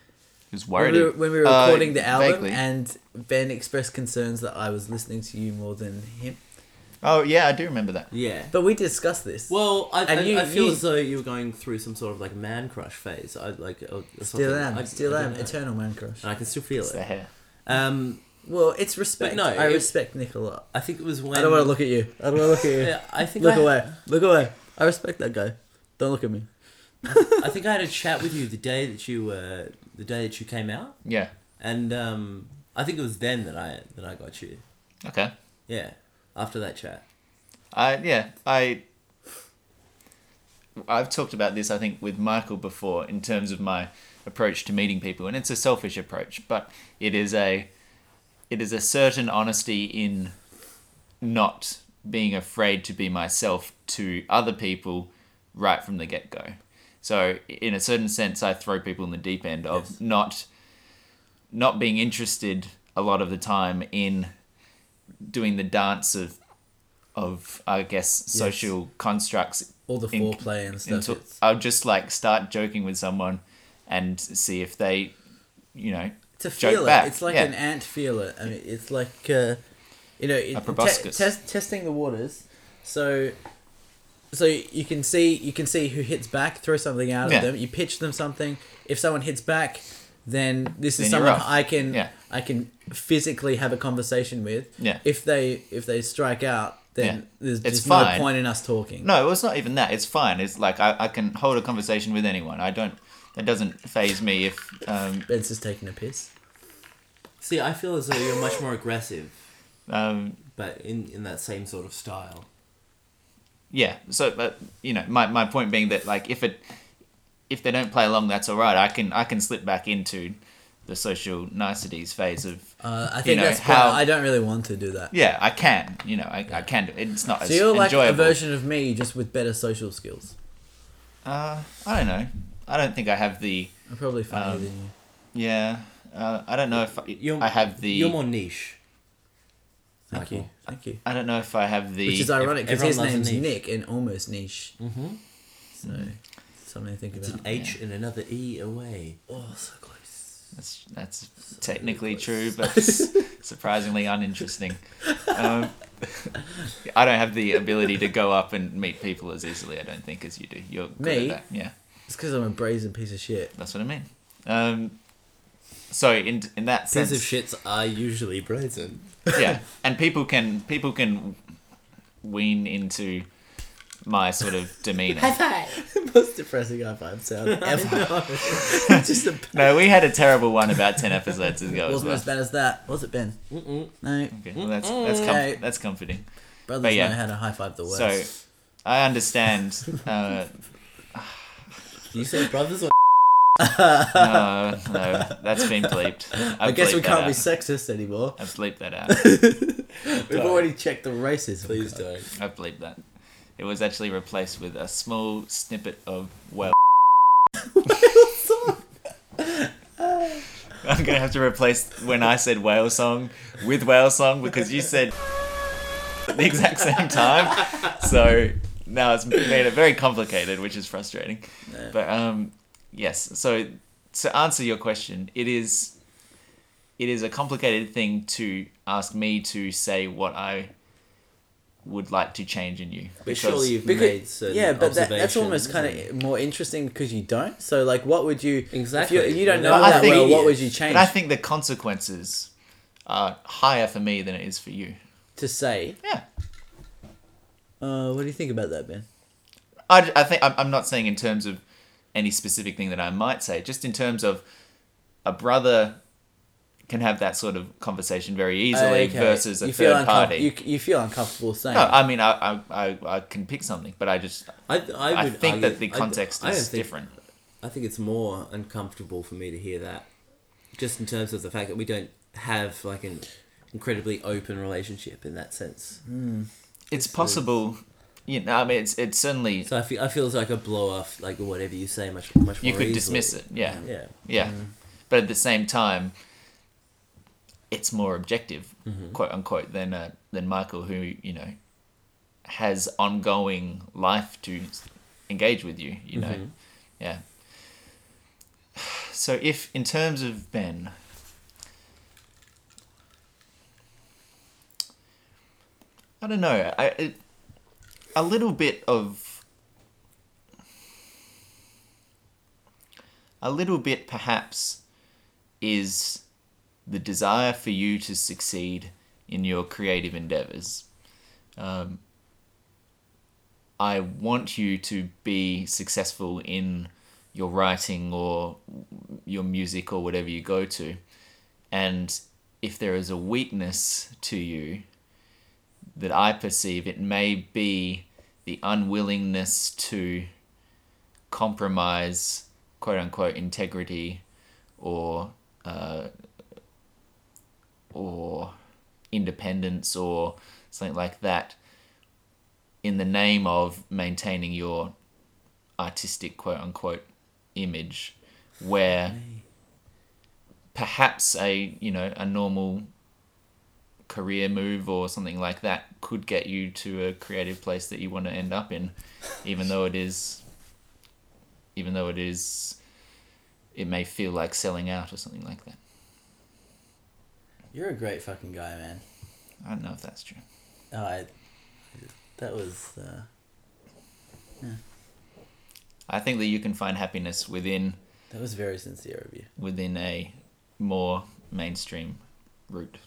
Speaker 1: Who's
Speaker 4: When
Speaker 1: worried?
Speaker 4: we, were, when we were
Speaker 1: Uh,
Speaker 4: recording the album,
Speaker 1: vaguely.
Speaker 4: and Ben expressed concerns that I was listening to you more than him.
Speaker 1: Oh yeah, I do remember that.
Speaker 2: yeah.
Speaker 4: But we discussed this.
Speaker 2: Well, I,
Speaker 4: And
Speaker 2: I,
Speaker 4: you-
Speaker 2: I feel
Speaker 4: you-
Speaker 2: as though you were going through some sort of like man crush phase. I like uh, or, or something.
Speaker 4: still am,
Speaker 2: I,
Speaker 4: still
Speaker 2: I don't
Speaker 4: am,
Speaker 2: know.
Speaker 4: eternal man crush.
Speaker 2: And I can still feel
Speaker 1: It's the
Speaker 2: it.
Speaker 1: hair.
Speaker 2: Um,
Speaker 4: Well, it's respect.
Speaker 2: no,
Speaker 4: I
Speaker 2: it-
Speaker 4: respect Nick a lot.
Speaker 2: I think it was when
Speaker 4: I don't want to look at you. I don't want to look at you.
Speaker 2: Yeah, I think
Speaker 4: Look
Speaker 2: I,
Speaker 4: away. Look away. I respect that guy. Don't look at me.
Speaker 2: I think I had a chat with you the day that you uh, the day that you came out,
Speaker 1: Yeah.
Speaker 2: and um, I think it was then that I that I got you.
Speaker 1: Okay.
Speaker 2: Yeah, after that chat.
Speaker 1: I yeah, I I've talked about this I think with Michael before in terms of my approach to meeting people and it's a selfish approach, but it is a it is a certain honesty in not being afraid to be myself to other people right from the get go. So in a certain sense I throw people in the deep end of
Speaker 2: Yes.
Speaker 1: not not being interested a lot of the time in doing the dance of of I guess social constructs.
Speaker 4: All the
Speaker 1: in-
Speaker 4: foreplay and stuff.
Speaker 1: into-
Speaker 4: it's,
Speaker 1: I'll just like start joking with someone and see if they, you know,
Speaker 4: to
Speaker 1: joke
Speaker 4: feel it.
Speaker 1: back.
Speaker 4: It's like
Speaker 1: Yeah.
Speaker 4: an ant feeler. I mean, it's like uh, you know, it, te-
Speaker 1: proboscis.
Speaker 4: test, testing the waters. So, so you can see you can see who hits back. Throw something out
Speaker 1: Yeah.
Speaker 4: at them. You pitch them something. If someone hits back, then this is
Speaker 1: Then you're
Speaker 4: someone
Speaker 1: off.
Speaker 4: I can
Speaker 1: Yeah.
Speaker 4: I can physically have a conversation with.
Speaker 1: Yeah.
Speaker 4: If they if they strike out, then
Speaker 1: Yeah.
Speaker 4: there's
Speaker 1: It's
Speaker 4: just
Speaker 1: fine.
Speaker 4: no point in us talking.
Speaker 1: No, well, it's not even that. It's fine. It's like I, I can hold a conversation with anyone. I don't. That doesn't phase me if. Um,
Speaker 4: Ben's just taking a piss.
Speaker 2: See, I feel as though you're much more aggressive,
Speaker 1: um,
Speaker 2: but in in that same sort of style.
Speaker 1: yeah. So, but you know, my, my point being that like if it if they don't play along, that's all right. I can I can slip back into the social niceties phase of
Speaker 4: Uh, I think
Speaker 1: know,
Speaker 4: that's how
Speaker 1: how-
Speaker 4: I don't really want to do that.
Speaker 1: Yeah, I can. You know, I, I can do it. It's not
Speaker 4: So
Speaker 1: as
Speaker 4: you're like
Speaker 1: enjoyable.
Speaker 4: a version of me, just with better social skills.
Speaker 1: uh, I don't know. I don't think I have the.
Speaker 4: I'm probably funnier
Speaker 1: Um,
Speaker 4: than you.
Speaker 1: Yeah, uh, I don't know if I,
Speaker 2: You're,
Speaker 1: I have the.
Speaker 2: You're more niche.
Speaker 4: Thank
Speaker 2: Michael.
Speaker 4: you. Thank you.
Speaker 1: I don't know if I have the.
Speaker 4: Which is ironic because
Speaker 2: everyone
Speaker 4: his
Speaker 2: loves
Speaker 4: name's
Speaker 2: a niche. Mm.
Speaker 4: Nick and almost niche. Mm-hmm. So something to think
Speaker 2: It's an
Speaker 4: about.
Speaker 2: H and another E away.
Speaker 4: Oh, so close.
Speaker 1: That's, that's technically true, but s- surprisingly uninteresting. Um, I don't have the ability to go up and meet people as easily. I don't think as you do. You're good
Speaker 4: Me?
Speaker 1: at that. Yeah,
Speaker 4: It's because I'm a brazen piece of shit.
Speaker 1: that's what I mean. Um, so in in that sense,
Speaker 2: Pieces of shits are usually brazen.
Speaker 1: yeah and people can people can wean into my sort of demeanor
Speaker 4: Most depressing high five sound ever. just a,
Speaker 1: no we had a terrible one about 10 episodes ago as
Speaker 4: wasn't
Speaker 1: well
Speaker 4: as bad as that, was it, Ben?
Speaker 2: Mm-mm.
Speaker 4: No,
Speaker 1: okay well that's that's,
Speaker 4: Okay.
Speaker 1: com- that's comforting
Speaker 4: brothers
Speaker 1: yeah.
Speaker 4: know how to high five the worst.
Speaker 1: so i understand uh,
Speaker 2: You say brothers or
Speaker 1: no no that's been bleeped
Speaker 4: I guess we can't be
Speaker 1: out.
Speaker 4: sexist anymore.
Speaker 1: i've bleeped that out
Speaker 4: We've already checked the racism.
Speaker 2: please don't.
Speaker 1: i've bleeped that it was actually replaced with a small snippet of well I'm gonna have to replace when I said whale song with whale song because you said at the exact same time. So now it's made it very complicated, which is frustrating.
Speaker 4: Yeah.
Speaker 1: But um, yes, so to answer your question, it is it is a complicated thing to ask me to say what I would like to change in you.
Speaker 2: But surely you've
Speaker 4: Because-
Speaker 2: made certain
Speaker 4: yeah, but that, that's almost kind
Speaker 2: observations
Speaker 4: of more interesting because you don't. So, like, what would you
Speaker 2: Exactly.
Speaker 4: If you, you don't know
Speaker 2: Well,
Speaker 1: I
Speaker 4: that
Speaker 1: think-
Speaker 4: well, what would you change
Speaker 1: But I think the consequences are higher for me than it is for you.
Speaker 4: to say?
Speaker 1: Yeah.
Speaker 4: Uh, what do you think about that, Ben?
Speaker 1: I, I think I'm, I'm not saying in terms of any specific thing that I might say, just in terms of a brother can have that sort of conversation very easily
Speaker 4: Okay.
Speaker 1: versus a
Speaker 4: You feel
Speaker 1: third
Speaker 4: uncom-
Speaker 1: party.
Speaker 4: You, you feel uncomfortable saying.
Speaker 1: No,
Speaker 4: it.
Speaker 1: I mean I, I, I, I can pick something, but I just
Speaker 2: and- I,
Speaker 1: I,
Speaker 2: I, would
Speaker 1: think
Speaker 2: argue-
Speaker 1: that the
Speaker 2: I-
Speaker 1: context
Speaker 2: I don't
Speaker 1: is
Speaker 2: think-
Speaker 1: different.
Speaker 2: I think it's more uncomfortable for me to hear that, just in terms of the fact that we don't have like an incredibly open relationship in that sense.
Speaker 1: It's possible, you know. I mean, it's it's certainly
Speaker 2: So I feel I feel it's like a blow off, like whatever you say, much much more.
Speaker 1: you could
Speaker 2: easily.
Speaker 1: dismiss it. Yeah, yeah.
Speaker 2: Yeah,
Speaker 1: But at the same time, it's more objective,
Speaker 2: Mm-hmm.
Speaker 1: quote unquote, than uh, than Michael, who you know has ongoing life to s- engage with you. You know,
Speaker 2: Mm-hmm.
Speaker 1: yeah. So if in terms of Ben. I don't know. I it, a little bit of a little bit perhaps is the desire for you to succeed in your creative endeavors. Um, I want you to be successful in your writing or your music or whatever you go to. And if there is a weakness to you that I perceive, it may be the unwillingness to compromise quote unquote integrity or uh, or independence or something like that in the name of maintaining your artistic quote unquote image where perhaps a you know a normal career move or something like that could get you to a creative place that you want to end up in even though it is even though it is it may feel like selling out or something like that
Speaker 4: You're a great fucking guy, man.
Speaker 1: i don't know if that's true
Speaker 4: Oh, I, that was. Uh,
Speaker 1: i think that you can find happiness within
Speaker 4: That was very sincere of you.
Speaker 1: within a more mainstream route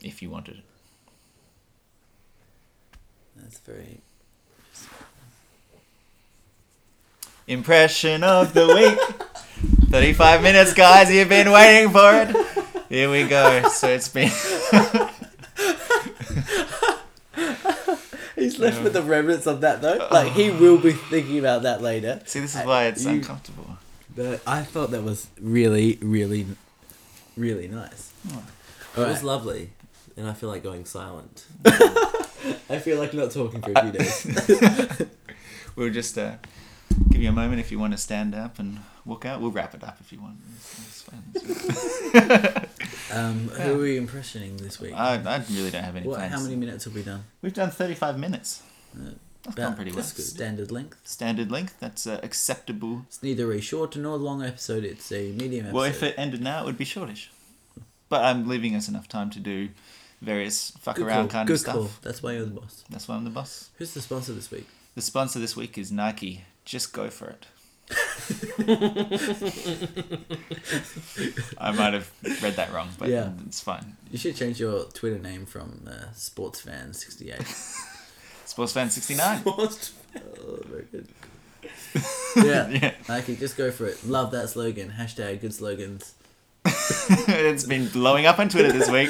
Speaker 1: if you wanted it
Speaker 4: That's very.
Speaker 1: impression of the week 35 minutes guys you've been waiting for it here we go so it's been
Speaker 4: He's left with the remnants of that though. Like he will be thinking about that later.
Speaker 1: see this is why it's
Speaker 4: You-
Speaker 1: uncomfortable
Speaker 4: But I thought that was really, really, really nice.
Speaker 1: Hmm.
Speaker 2: it was
Speaker 4: Alright.
Speaker 2: lovely, and I feel like going silent.
Speaker 4: I feel like not talking for a few days.
Speaker 1: we'll just uh, give you a moment if you want to stand up and walk out we'll wrap it up if you want It's- it's fine. It's fine.
Speaker 4: Um, who are we impressioning this week?
Speaker 1: I, I really don't have any
Speaker 4: what?
Speaker 1: plans.
Speaker 4: How many minutes have we done?
Speaker 1: We've done 35 minutes. That's done
Speaker 4: About
Speaker 1: pretty well.
Speaker 4: Uh, that's Standard length.
Speaker 1: Standard length, that's uh, acceptable.
Speaker 4: It's neither a short nor long episode. It's a medium episode.
Speaker 1: Well, if it ended now, it would be shortish. But I'm leaving us enough time to do various fuck
Speaker 4: Good
Speaker 1: around
Speaker 4: call.
Speaker 1: kind
Speaker 4: Good
Speaker 1: of stuff.
Speaker 4: call. That's why you're the boss.
Speaker 1: That's why I'm the boss.
Speaker 4: Who's the sponsor this week?
Speaker 1: The sponsor this week is Nike. Just go for it. I might have read that wrong, but
Speaker 4: Yeah.
Speaker 1: it's fine.
Speaker 4: You should change your Twitter name from uh, SportsFan68.
Speaker 1: Sports fan 69.
Speaker 4: Oh, very good. yeah,
Speaker 1: yeah,
Speaker 4: I could just go for it. Love that slogan. Hashtag good slogans.
Speaker 1: it's been blowing up on Twitter this week.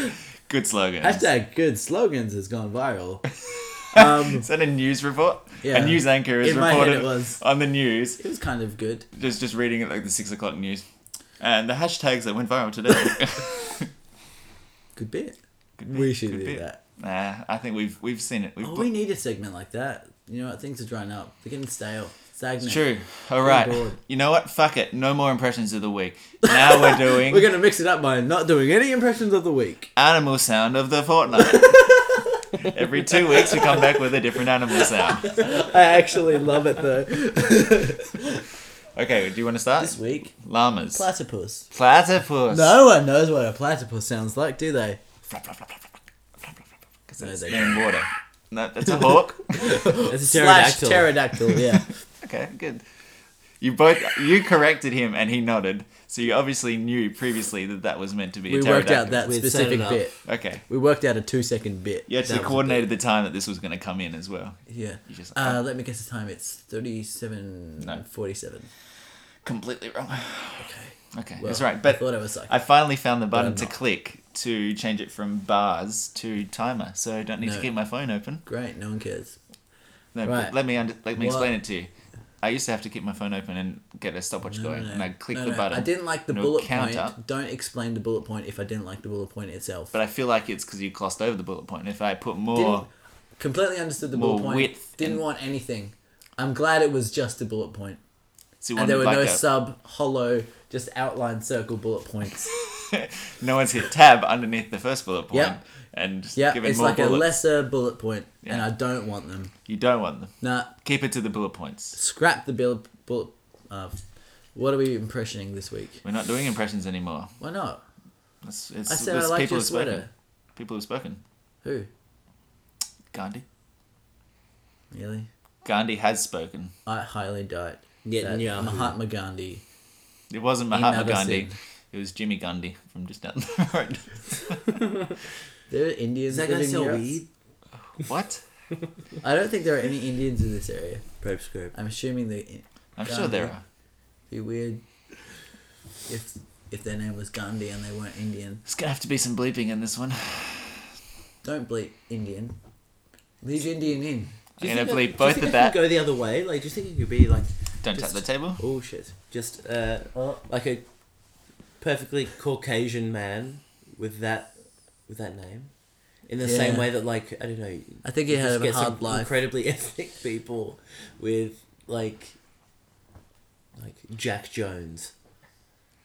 Speaker 1: Good slogan.
Speaker 4: Hashtag good slogans has gone viral. Um,
Speaker 1: Is that a news report?
Speaker 4: Yeah.
Speaker 1: A news anchor is
Speaker 4: In my head
Speaker 1: reported
Speaker 4: it was.
Speaker 1: on the news.
Speaker 4: it was kind of good.
Speaker 1: Just just reading it like the six o'clock news. And the hashtags that went viral today.
Speaker 4: Good bit.
Speaker 1: Could be,
Speaker 4: we should
Speaker 1: could
Speaker 4: do
Speaker 1: be.
Speaker 4: that.
Speaker 1: Nah, I think we've we've seen it. We've
Speaker 4: Oh,
Speaker 1: blo-
Speaker 4: we need a segment like that. You know what? Things are drying up. They're getting stale. Stagnant.
Speaker 1: True. All right.
Speaker 4: bored.
Speaker 1: You know what? Fuck it. No more impressions of the week. Now we're doing
Speaker 4: We're going to mix it up by not doing any impressions of the week.
Speaker 1: animal sound of the fortnight. Every two weeks, we come back with a different animal sound.
Speaker 4: I actually love it though.
Speaker 1: Okay, do you want to start?
Speaker 4: This week,
Speaker 1: Llamas.
Speaker 4: platypus.
Speaker 1: Platypus.
Speaker 4: No one knows what a platypus sounds like, do they? No,
Speaker 1: Because
Speaker 4: they
Speaker 1: they're in water. No, that's a hawk.
Speaker 2: It's a
Speaker 4: Slash
Speaker 2: pterodactyl.
Speaker 4: pterodactyl, yeah.
Speaker 1: okay, good. You both you corrected him and he nodded, so you obviously knew previously that that was meant to be. A
Speaker 4: we worked out
Speaker 1: pterodactyl.
Speaker 4: that
Speaker 2: We'd set
Speaker 4: specific
Speaker 2: it up.
Speaker 4: bit.
Speaker 1: Okay,
Speaker 4: We worked out a two second bit.
Speaker 1: you actually
Speaker 2: That was a
Speaker 1: coordinated the time that this was going to come in as well.
Speaker 4: Yeah.
Speaker 1: You just
Speaker 4: Uh, let me guess the time. It's 37
Speaker 1: No.
Speaker 4: 47.
Speaker 1: completely wrong. Okay, okay,
Speaker 4: Well,
Speaker 1: that's right.
Speaker 4: I
Speaker 1: But
Speaker 4: thought I was like,
Speaker 1: I finally found the button
Speaker 4: I'm
Speaker 1: to
Speaker 4: not.
Speaker 1: click to change it from bars to timer, so I don't need to
Speaker 4: No.
Speaker 1: keep my phone open.
Speaker 4: great, no one cares.
Speaker 1: No, but
Speaker 4: Right.
Speaker 1: let me under, let me
Speaker 4: What?
Speaker 1: explain it to you. I used to have to keep my phone open and get a stopwatch
Speaker 4: No,
Speaker 1: going,
Speaker 4: no,
Speaker 1: and I'd click
Speaker 4: no,
Speaker 1: the
Speaker 4: no.
Speaker 1: button.
Speaker 4: I didn't like the
Speaker 1: and it would
Speaker 4: bullet
Speaker 1: count
Speaker 4: point.
Speaker 1: up.
Speaker 4: Don't explain the bullet point if I didn't like the bullet point itself.
Speaker 1: but I feel like it's because you glossed over the bullet point. If I put more,
Speaker 4: didn't completely understood the
Speaker 1: more
Speaker 4: bullet point.
Speaker 1: width
Speaker 4: didn't
Speaker 1: and-
Speaker 4: want anything. I'm glad it was just a bullet point,
Speaker 1: so you
Speaker 4: and
Speaker 1: wanted
Speaker 4: there were
Speaker 1: like
Speaker 4: no
Speaker 1: a-
Speaker 4: sub hollow, just outline circle bullet points.
Speaker 1: no one's hit tab underneath the first bullet point
Speaker 4: Yeah.
Speaker 1: and just
Speaker 4: Yeah,
Speaker 1: given
Speaker 4: it's
Speaker 1: more
Speaker 4: like a
Speaker 1: bullets.
Speaker 4: lesser bullet point, and
Speaker 1: Yeah.
Speaker 4: I don't want them.
Speaker 1: You don't want them.
Speaker 4: Nah,
Speaker 1: Keep it to the bullet points.
Speaker 4: scrap the bullet. bullet uh, what are we impressioning this week?
Speaker 1: We're not doing impressions anymore.
Speaker 4: Why not?
Speaker 1: It's, it's,
Speaker 4: I said
Speaker 1: it's
Speaker 4: I like
Speaker 1: people
Speaker 4: your
Speaker 1: have spoken.
Speaker 4: sweater.
Speaker 1: People have spoken.
Speaker 4: Who?
Speaker 1: Gandhi.
Speaker 4: Really?
Speaker 1: Gandhi has spoken.
Speaker 4: I highly doubt
Speaker 2: Yeah,
Speaker 4: that
Speaker 2: yeah.
Speaker 4: Mahatma Gandhi.
Speaker 1: It wasn't Mahatma
Speaker 4: Madison.
Speaker 1: Gandhi. It was Jimmy Gandhi from just down the road.
Speaker 4: There are Indians
Speaker 2: Is that
Speaker 4: living
Speaker 2: gonna
Speaker 4: in
Speaker 2: sell
Speaker 4: Europe.
Speaker 2: weed?
Speaker 1: what?
Speaker 4: I don't think there are any Indians in this area.
Speaker 2: Perhaps grape.
Speaker 4: I'm assuming the
Speaker 1: I'm sure there
Speaker 4: Gandhi.
Speaker 1: are.
Speaker 4: be weird if if their name was Gandhi and they weren't Indian.
Speaker 1: It's gonna have to be some bleeping in this one.
Speaker 4: Don't bleep Indian. Leave Indian in.
Speaker 1: I'm gonna bleep both of that.
Speaker 2: Go the other way. Like, do you think it could be like,
Speaker 1: Don't
Speaker 2: Just-
Speaker 1: tap the table.
Speaker 2: oh shit, just uh,
Speaker 4: Oh.
Speaker 2: like a perfectly Caucasian man with that with that name, in the same
Speaker 4: Yeah.
Speaker 2: way that like I don't know.
Speaker 4: I think he
Speaker 2: you just
Speaker 4: had a
Speaker 2: get some
Speaker 4: hard life.
Speaker 2: Incredibly ethnic people with like like Jack Jones,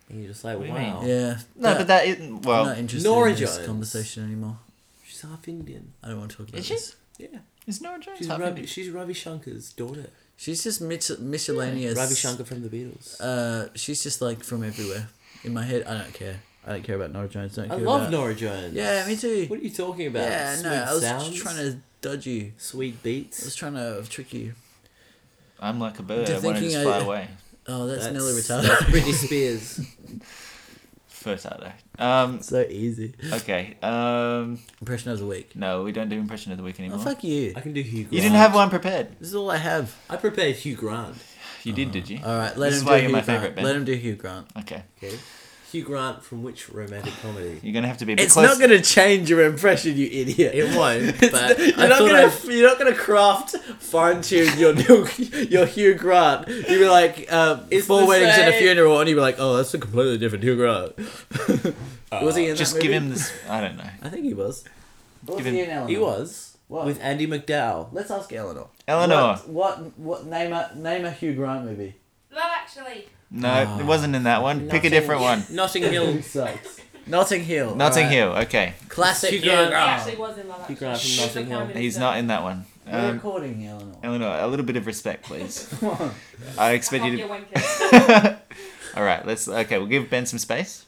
Speaker 2: and you're just like,
Speaker 1: What do you
Speaker 2: wow,
Speaker 4: yeah.
Speaker 1: No,
Speaker 4: No,
Speaker 1: but that isn't. Well,
Speaker 4: I'm not interested
Speaker 2: Nora
Speaker 4: in this
Speaker 2: Jones.
Speaker 4: conversation anymore.
Speaker 2: she's half Indian.
Speaker 4: I don't want to talk about
Speaker 1: Is she?
Speaker 4: this.
Speaker 2: Yeah,
Speaker 1: is Nora Jones
Speaker 2: she's
Speaker 1: half
Speaker 2: Ravi,
Speaker 1: Indian?
Speaker 2: she's Ravi Shankar's daughter.
Speaker 4: She's just mis- miscellaneous.
Speaker 2: Ravi Shankar from the Beatles.
Speaker 4: Uh, she's just like from everywhere. In my head, I don't care. I don't care about Nora Jones. Don't
Speaker 2: I
Speaker 4: care
Speaker 2: love
Speaker 4: about...
Speaker 2: Nora Jones.
Speaker 4: Yeah, me too.
Speaker 2: What are you talking about?
Speaker 4: Yeah,
Speaker 2: Sweet
Speaker 4: no, I was
Speaker 2: sounds,
Speaker 4: trying to dodge you.
Speaker 2: sweet
Speaker 4: I was
Speaker 2: beats.
Speaker 4: trying to trick you.
Speaker 1: I'm like a bird.
Speaker 4: They're
Speaker 1: I want to
Speaker 4: thinking
Speaker 1: just
Speaker 4: I-
Speaker 1: fly away.
Speaker 4: Oh, that's, nearly
Speaker 2: that's
Speaker 4: retarded.
Speaker 2: Britney Spears.
Speaker 1: Furtado. Um.
Speaker 4: so easy.
Speaker 1: Okay. Um.
Speaker 4: Impression of the week.
Speaker 1: No, we don't do impression of the week
Speaker 4: Oh,
Speaker 1: anymore.
Speaker 4: fuck you.
Speaker 2: I can do Hugh. Grant.
Speaker 1: you didn't have one prepared.
Speaker 4: This is all I have.
Speaker 2: I prepared Hugh Grant.
Speaker 1: You did, did you?
Speaker 4: All right, let him
Speaker 1: This is
Speaker 4: do
Speaker 1: why
Speaker 4: Hugh
Speaker 1: you're my
Speaker 4: Grant.
Speaker 1: favourite, Ben.
Speaker 4: Let him do Hugh Grant.
Speaker 1: Okay.
Speaker 2: Okay. Hugh Grant from which romantic comedy?
Speaker 1: You're gonna have to be a bit
Speaker 4: It's
Speaker 1: close.
Speaker 4: not going to change your impression, you idiot.
Speaker 2: It won't.
Speaker 4: It's not-
Speaker 2: but
Speaker 4: you're
Speaker 2: I
Speaker 4: not
Speaker 2: thought
Speaker 4: gonna
Speaker 2: I'd-
Speaker 4: you're not gonna craft fine tune your new your Hugh Grant. You'd be like um,
Speaker 2: It's
Speaker 4: four
Speaker 2: the
Speaker 4: weddings and a
Speaker 2: same.
Speaker 4: funeral, and you'd be like, oh, that's a completely different Hugh Grant. was
Speaker 2: Uh,
Speaker 4: he in that
Speaker 1: Just give
Speaker 4: movie?
Speaker 1: him this. I don't know.
Speaker 4: I think he was. Was
Speaker 1: Give he him-
Speaker 4: Eleanor?
Speaker 2: He was
Speaker 4: What?
Speaker 2: with Andy McDowell.
Speaker 4: Let's ask Eleanor.
Speaker 1: Eleanor.
Speaker 4: What what, what name a name a Hugh Grant movie?
Speaker 3: Love Actually.
Speaker 1: No,
Speaker 4: Ah.
Speaker 1: it wasn't in that one. Pick a
Speaker 2: Notting-
Speaker 1: different one.
Speaker 2: Notting Hill.
Speaker 4: sucks. Notting Hill.
Speaker 1: Notting
Speaker 4: Alright.
Speaker 1: Hill. Okay.
Speaker 4: Classic
Speaker 2: Hugh
Speaker 4: Hugh
Speaker 2: Grant.
Speaker 4: Grant.
Speaker 3: He actually was in Love Actually.
Speaker 2: Hugh Grant from
Speaker 3: He was the
Speaker 2: Notting Hill.
Speaker 3: Prime Minister.
Speaker 1: He's not in that one.
Speaker 4: We're
Speaker 1: Um,
Speaker 4: recording, Eleanor.
Speaker 1: Eleanor, a little bit of respect, please.
Speaker 4: Come on.
Speaker 1: I
Speaker 3: I
Speaker 1: expect
Speaker 3: can't
Speaker 1: you
Speaker 3: be
Speaker 1: to.
Speaker 3: a wanker.
Speaker 1: All right. Let's. Okay. We'll give Ben some space.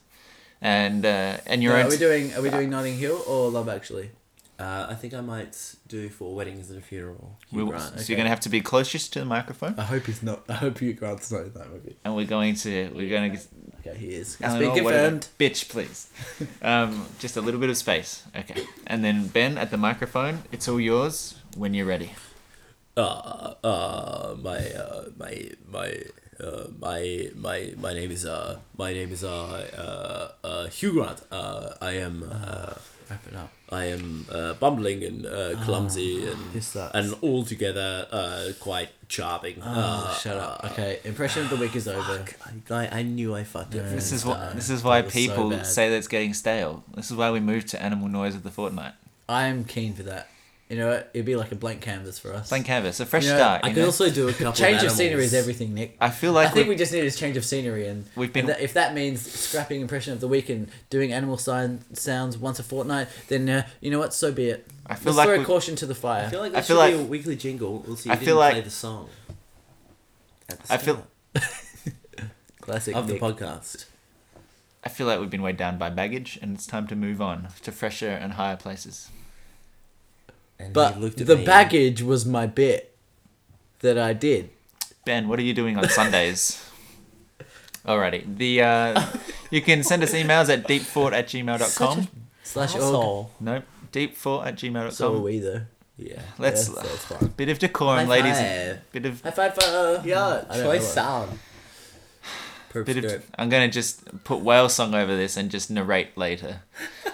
Speaker 1: And uh, and your
Speaker 4: No,
Speaker 1: own.
Speaker 4: are we doing are we doing Notting Hill or Love Actually?
Speaker 2: Uh, I think I might do Four Weddings and a Funeral. Hugh
Speaker 1: we will-
Speaker 2: Grant.
Speaker 1: So
Speaker 4: okay.
Speaker 1: you're gonna have to be closest to the microphone,
Speaker 4: I hope he's not. I hope Hugh Grant's not in that movie.
Speaker 1: and we're going to we're going to. get
Speaker 4: Okay, he is. It's
Speaker 1: Eleanor,
Speaker 4: been
Speaker 1: what a
Speaker 4: confirmed.
Speaker 1: Bitch, please. Um, just a little bit of space. Okay. And then Ben at the microphone. It's all yours when you're ready.
Speaker 2: uh, uh, my, uh, my, my, uh, my, my, my name is, uh, my name is, uh, uh, uh Hugh Grant. Uh, I am, uh,
Speaker 4: Wrap it up.
Speaker 2: I am, uh, bumbling and, uh, clumsy
Speaker 1: Ah,
Speaker 2: and,
Speaker 4: This sucks.
Speaker 2: and altogether, uh, quite charming.
Speaker 1: Ah,
Speaker 2: Uh,
Speaker 4: oh, shut
Speaker 1: uh,
Speaker 4: up. Okay, impression of the week is over.
Speaker 2: I, I knew I fucked up.
Speaker 1: This
Speaker 4: This
Speaker 1: is
Speaker 4: Uh,
Speaker 1: what this is why
Speaker 4: that was so
Speaker 1: people
Speaker 4: bad.
Speaker 1: say that's getting stale. This is why we moved to animal noise of the fortnight.
Speaker 4: I am keen for that. You know, it'd be like a blank canvas for us.
Speaker 1: Blank canvas, a fresh
Speaker 4: You know,
Speaker 1: start.
Speaker 4: I
Speaker 1: you
Speaker 4: could
Speaker 1: know?
Speaker 4: also do a couple. change of scenery is everything, Nick.
Speaker 1: I feel
Speaker 4: I
Speaker 1: like
Speaker 4: think
Speaker 1: we-
Speaker 4: we just need a change of scenery, and
Speaker 1: We've been-
Speaker 4: and that- if that means scrapping impression of the week and doing animal sign sounds once a fortnight, then uh, you know what? So be it.
Speaker 1: I feel
Speaker 4: Let's
Speaker 1: like
Speaker 4: throw
Speaker 1: we-
Speaker 4: a caution to the fire.
Speaker 2: I feel like
Speaker 1: I
Speaker 2: that
Speaker 1: feel
Speaker 2: should
Speaker 1: like-
Speaker 2: be a weekly jingle. We'll see.
Speaker 1: I
Speaker 2: You didn't
Speaker 1: feel like-
Speaker 2: play the song. at the
Speaker 1: I feel-
Speaker 2: start
Speaker 4: Classic.
Speaker 2: of the
Speaker 4: Nick.
Speaker 2: podcast.
Speaker 1: I feel like we've been weighed down by baggage, and it's time to move on to fresher and higher places.
Speaker 2: And
Speaker 4: but
Speaker 2: he looked at
Speaker 4: the
Speaker 2: me.
Speaker 4: baggage was my bit that I did.
Speaker 1: Ben, what are you doing on Sundays? Alrighty, the uh, you can send us emails at deepfort at gmail.com.
Speaker 4: Slash org.
Speaker 2: Asshole.
Speaker 1: Nope, deepfort at gmail.com.
Speaker 4: So are we though.
Speaker 2: Yeah.
Speaker 1: Let's
Speaker 4: Yeah, so it's fine.
Speaker 1: bit of decorum,
Speaker 2: High
Speaker 1: um, ladies.
Speaker 2: five.
Speaker 1: Bit of
Speaker 4: High five for
Speaker 2: Yeah.
Speaker 4: I don't know
Speaker 2: Choice
Speaker 4: what-
Speaker 2: sound. Perp
Speaker 1: bit
Speaker 2: scope.
Speaker 1: of. I'm gonna just put whale song over this and just narrate later.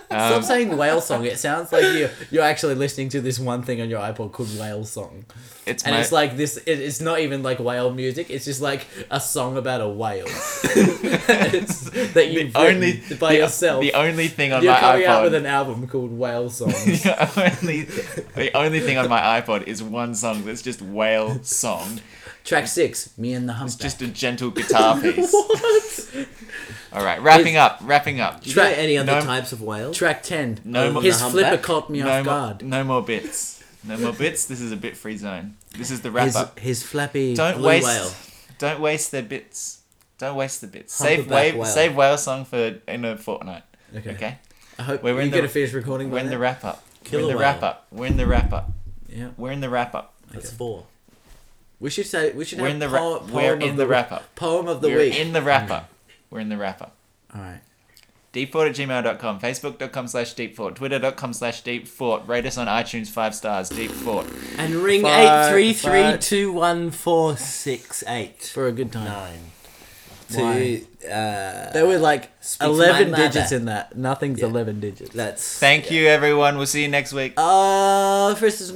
Speaker 4: Stop saying whale song. It sounds like you you're actually listening to this one thing on your iPod called whale song,
Speaker 1: It's
Speaker 4: and
Speaker 1: my,
Speaker 4: it's like this. It, it's not even like whale music. It's just like a song about a whale It's- that you
Speaker 1: only
Speaker 4: by
Speaker 1: the-
Speaker 4: yourself.
Speaker 1: The only thing on
Speaker 4: you're
Speaker 1: my
Speaker 4: coming
Speaker 1: iPod.
Speaker 4: out with an album called Whale Song.
Speaker 1: the only the only thing on my iPod is one song that's just whale song.
Speaker 4: Track six, me and the
Speaker 1: It's
Speaker 4: humpback.
Speaker 1: just a gentle guitar piece.
Speaker 4: what?
Speaker 1: All right, wrapping up, wrapping up.
Speaker 2: Do you know
Speaker 4: Track-
Speaker 2: any other
Speaker 1: no-
Speaker 2: types of whales?
Speaker 4: Track ten.
Speaker 1: No more-
Speaker 4: his
Speaker 2: The
Speaker 4: flipper
Speaker 2: humpback?
Speaker 4: caught me
Speaker 1: No
Speaker 4: off
Speaker 1: more,
Speaker 4: guard.
Speaker 1: no more bits. No more bits. This is a bit free zone. This is the wrap
Speaker 4: His
Speaker 1: up.
Speaker 4: his flappy.
Speaker 1: Don't
Speaker 2: blue
Speaker 1: waste.
Speaker 2: whale.
Speaker 1: Don't waste their bits. Don't waste the bits. save
Speaker 2: Humpback
Speaker 1: whale.
Speaker 2: whale.
Speaker 1: save whale song for in a fortnight.
Speaker 4: Okay.
Speaker 1: Okay.
Speaker 4: I hope
Speaker 1: We're
Speaker 4: we're
Speaker 1: in
Speaker 4: you
Speaker 1: the-
Speaker 4: going to finish recording.
Speaker 1: We're
Speaker 4: by
Speaker 1: in the
Speaker 4: then.
Speaker 1: wrap up. We're in
Speaker 2: Killer
Speaker 1: the
Speaker 2: whale.
Speaker 1: wrap up. We're in the wrap up.
Speaker 4: yeah.
Speaker 1: We're in the wrap up.
Speaker 2: That's four.
Speaker 4: We should say we should
Speaker 1: We're
Speaker 4: have
Speaker 1: in the
Speaker 4: po-
Speaker 1: wrap.
Speaker 4: poem
Speaker 1: We're
Speaker 4: of
Speaker 1: in the wrap up.
Speaker 4: Poem of the
Speaker 1: We're
Speaker 4: week.
Speaker 1: in the wrap up. We're in the wrap up.
Speaker 4: All right.
Speaker 1: Deepfort at gmail.com, facebook.com slash deepfort, twitter.com slash deepfort, rate us on iTunes five stars, deepfort.
Speaker 2: And ring
Speaker 4: Five,
Speaker 2: eight three three
Speaker 4: five.
Speaker 2: two one four six eight
Speaker 4: For a good time.
Speaker 2: nine.
Speaker 4: Why?
Speaker 2: To uh,
Speaker 4: There were like
Speaker 2: Speak to my
Speaker 4: eleven
Speaker 2: mother.
Speaker 4: digits in that. Nothing's eleven digits.
Speaker 2: let's
Speaker 4: 어,
Speaker 1: Thank you, everyone. We'll see you next week.
Speaker 4: Uh, first is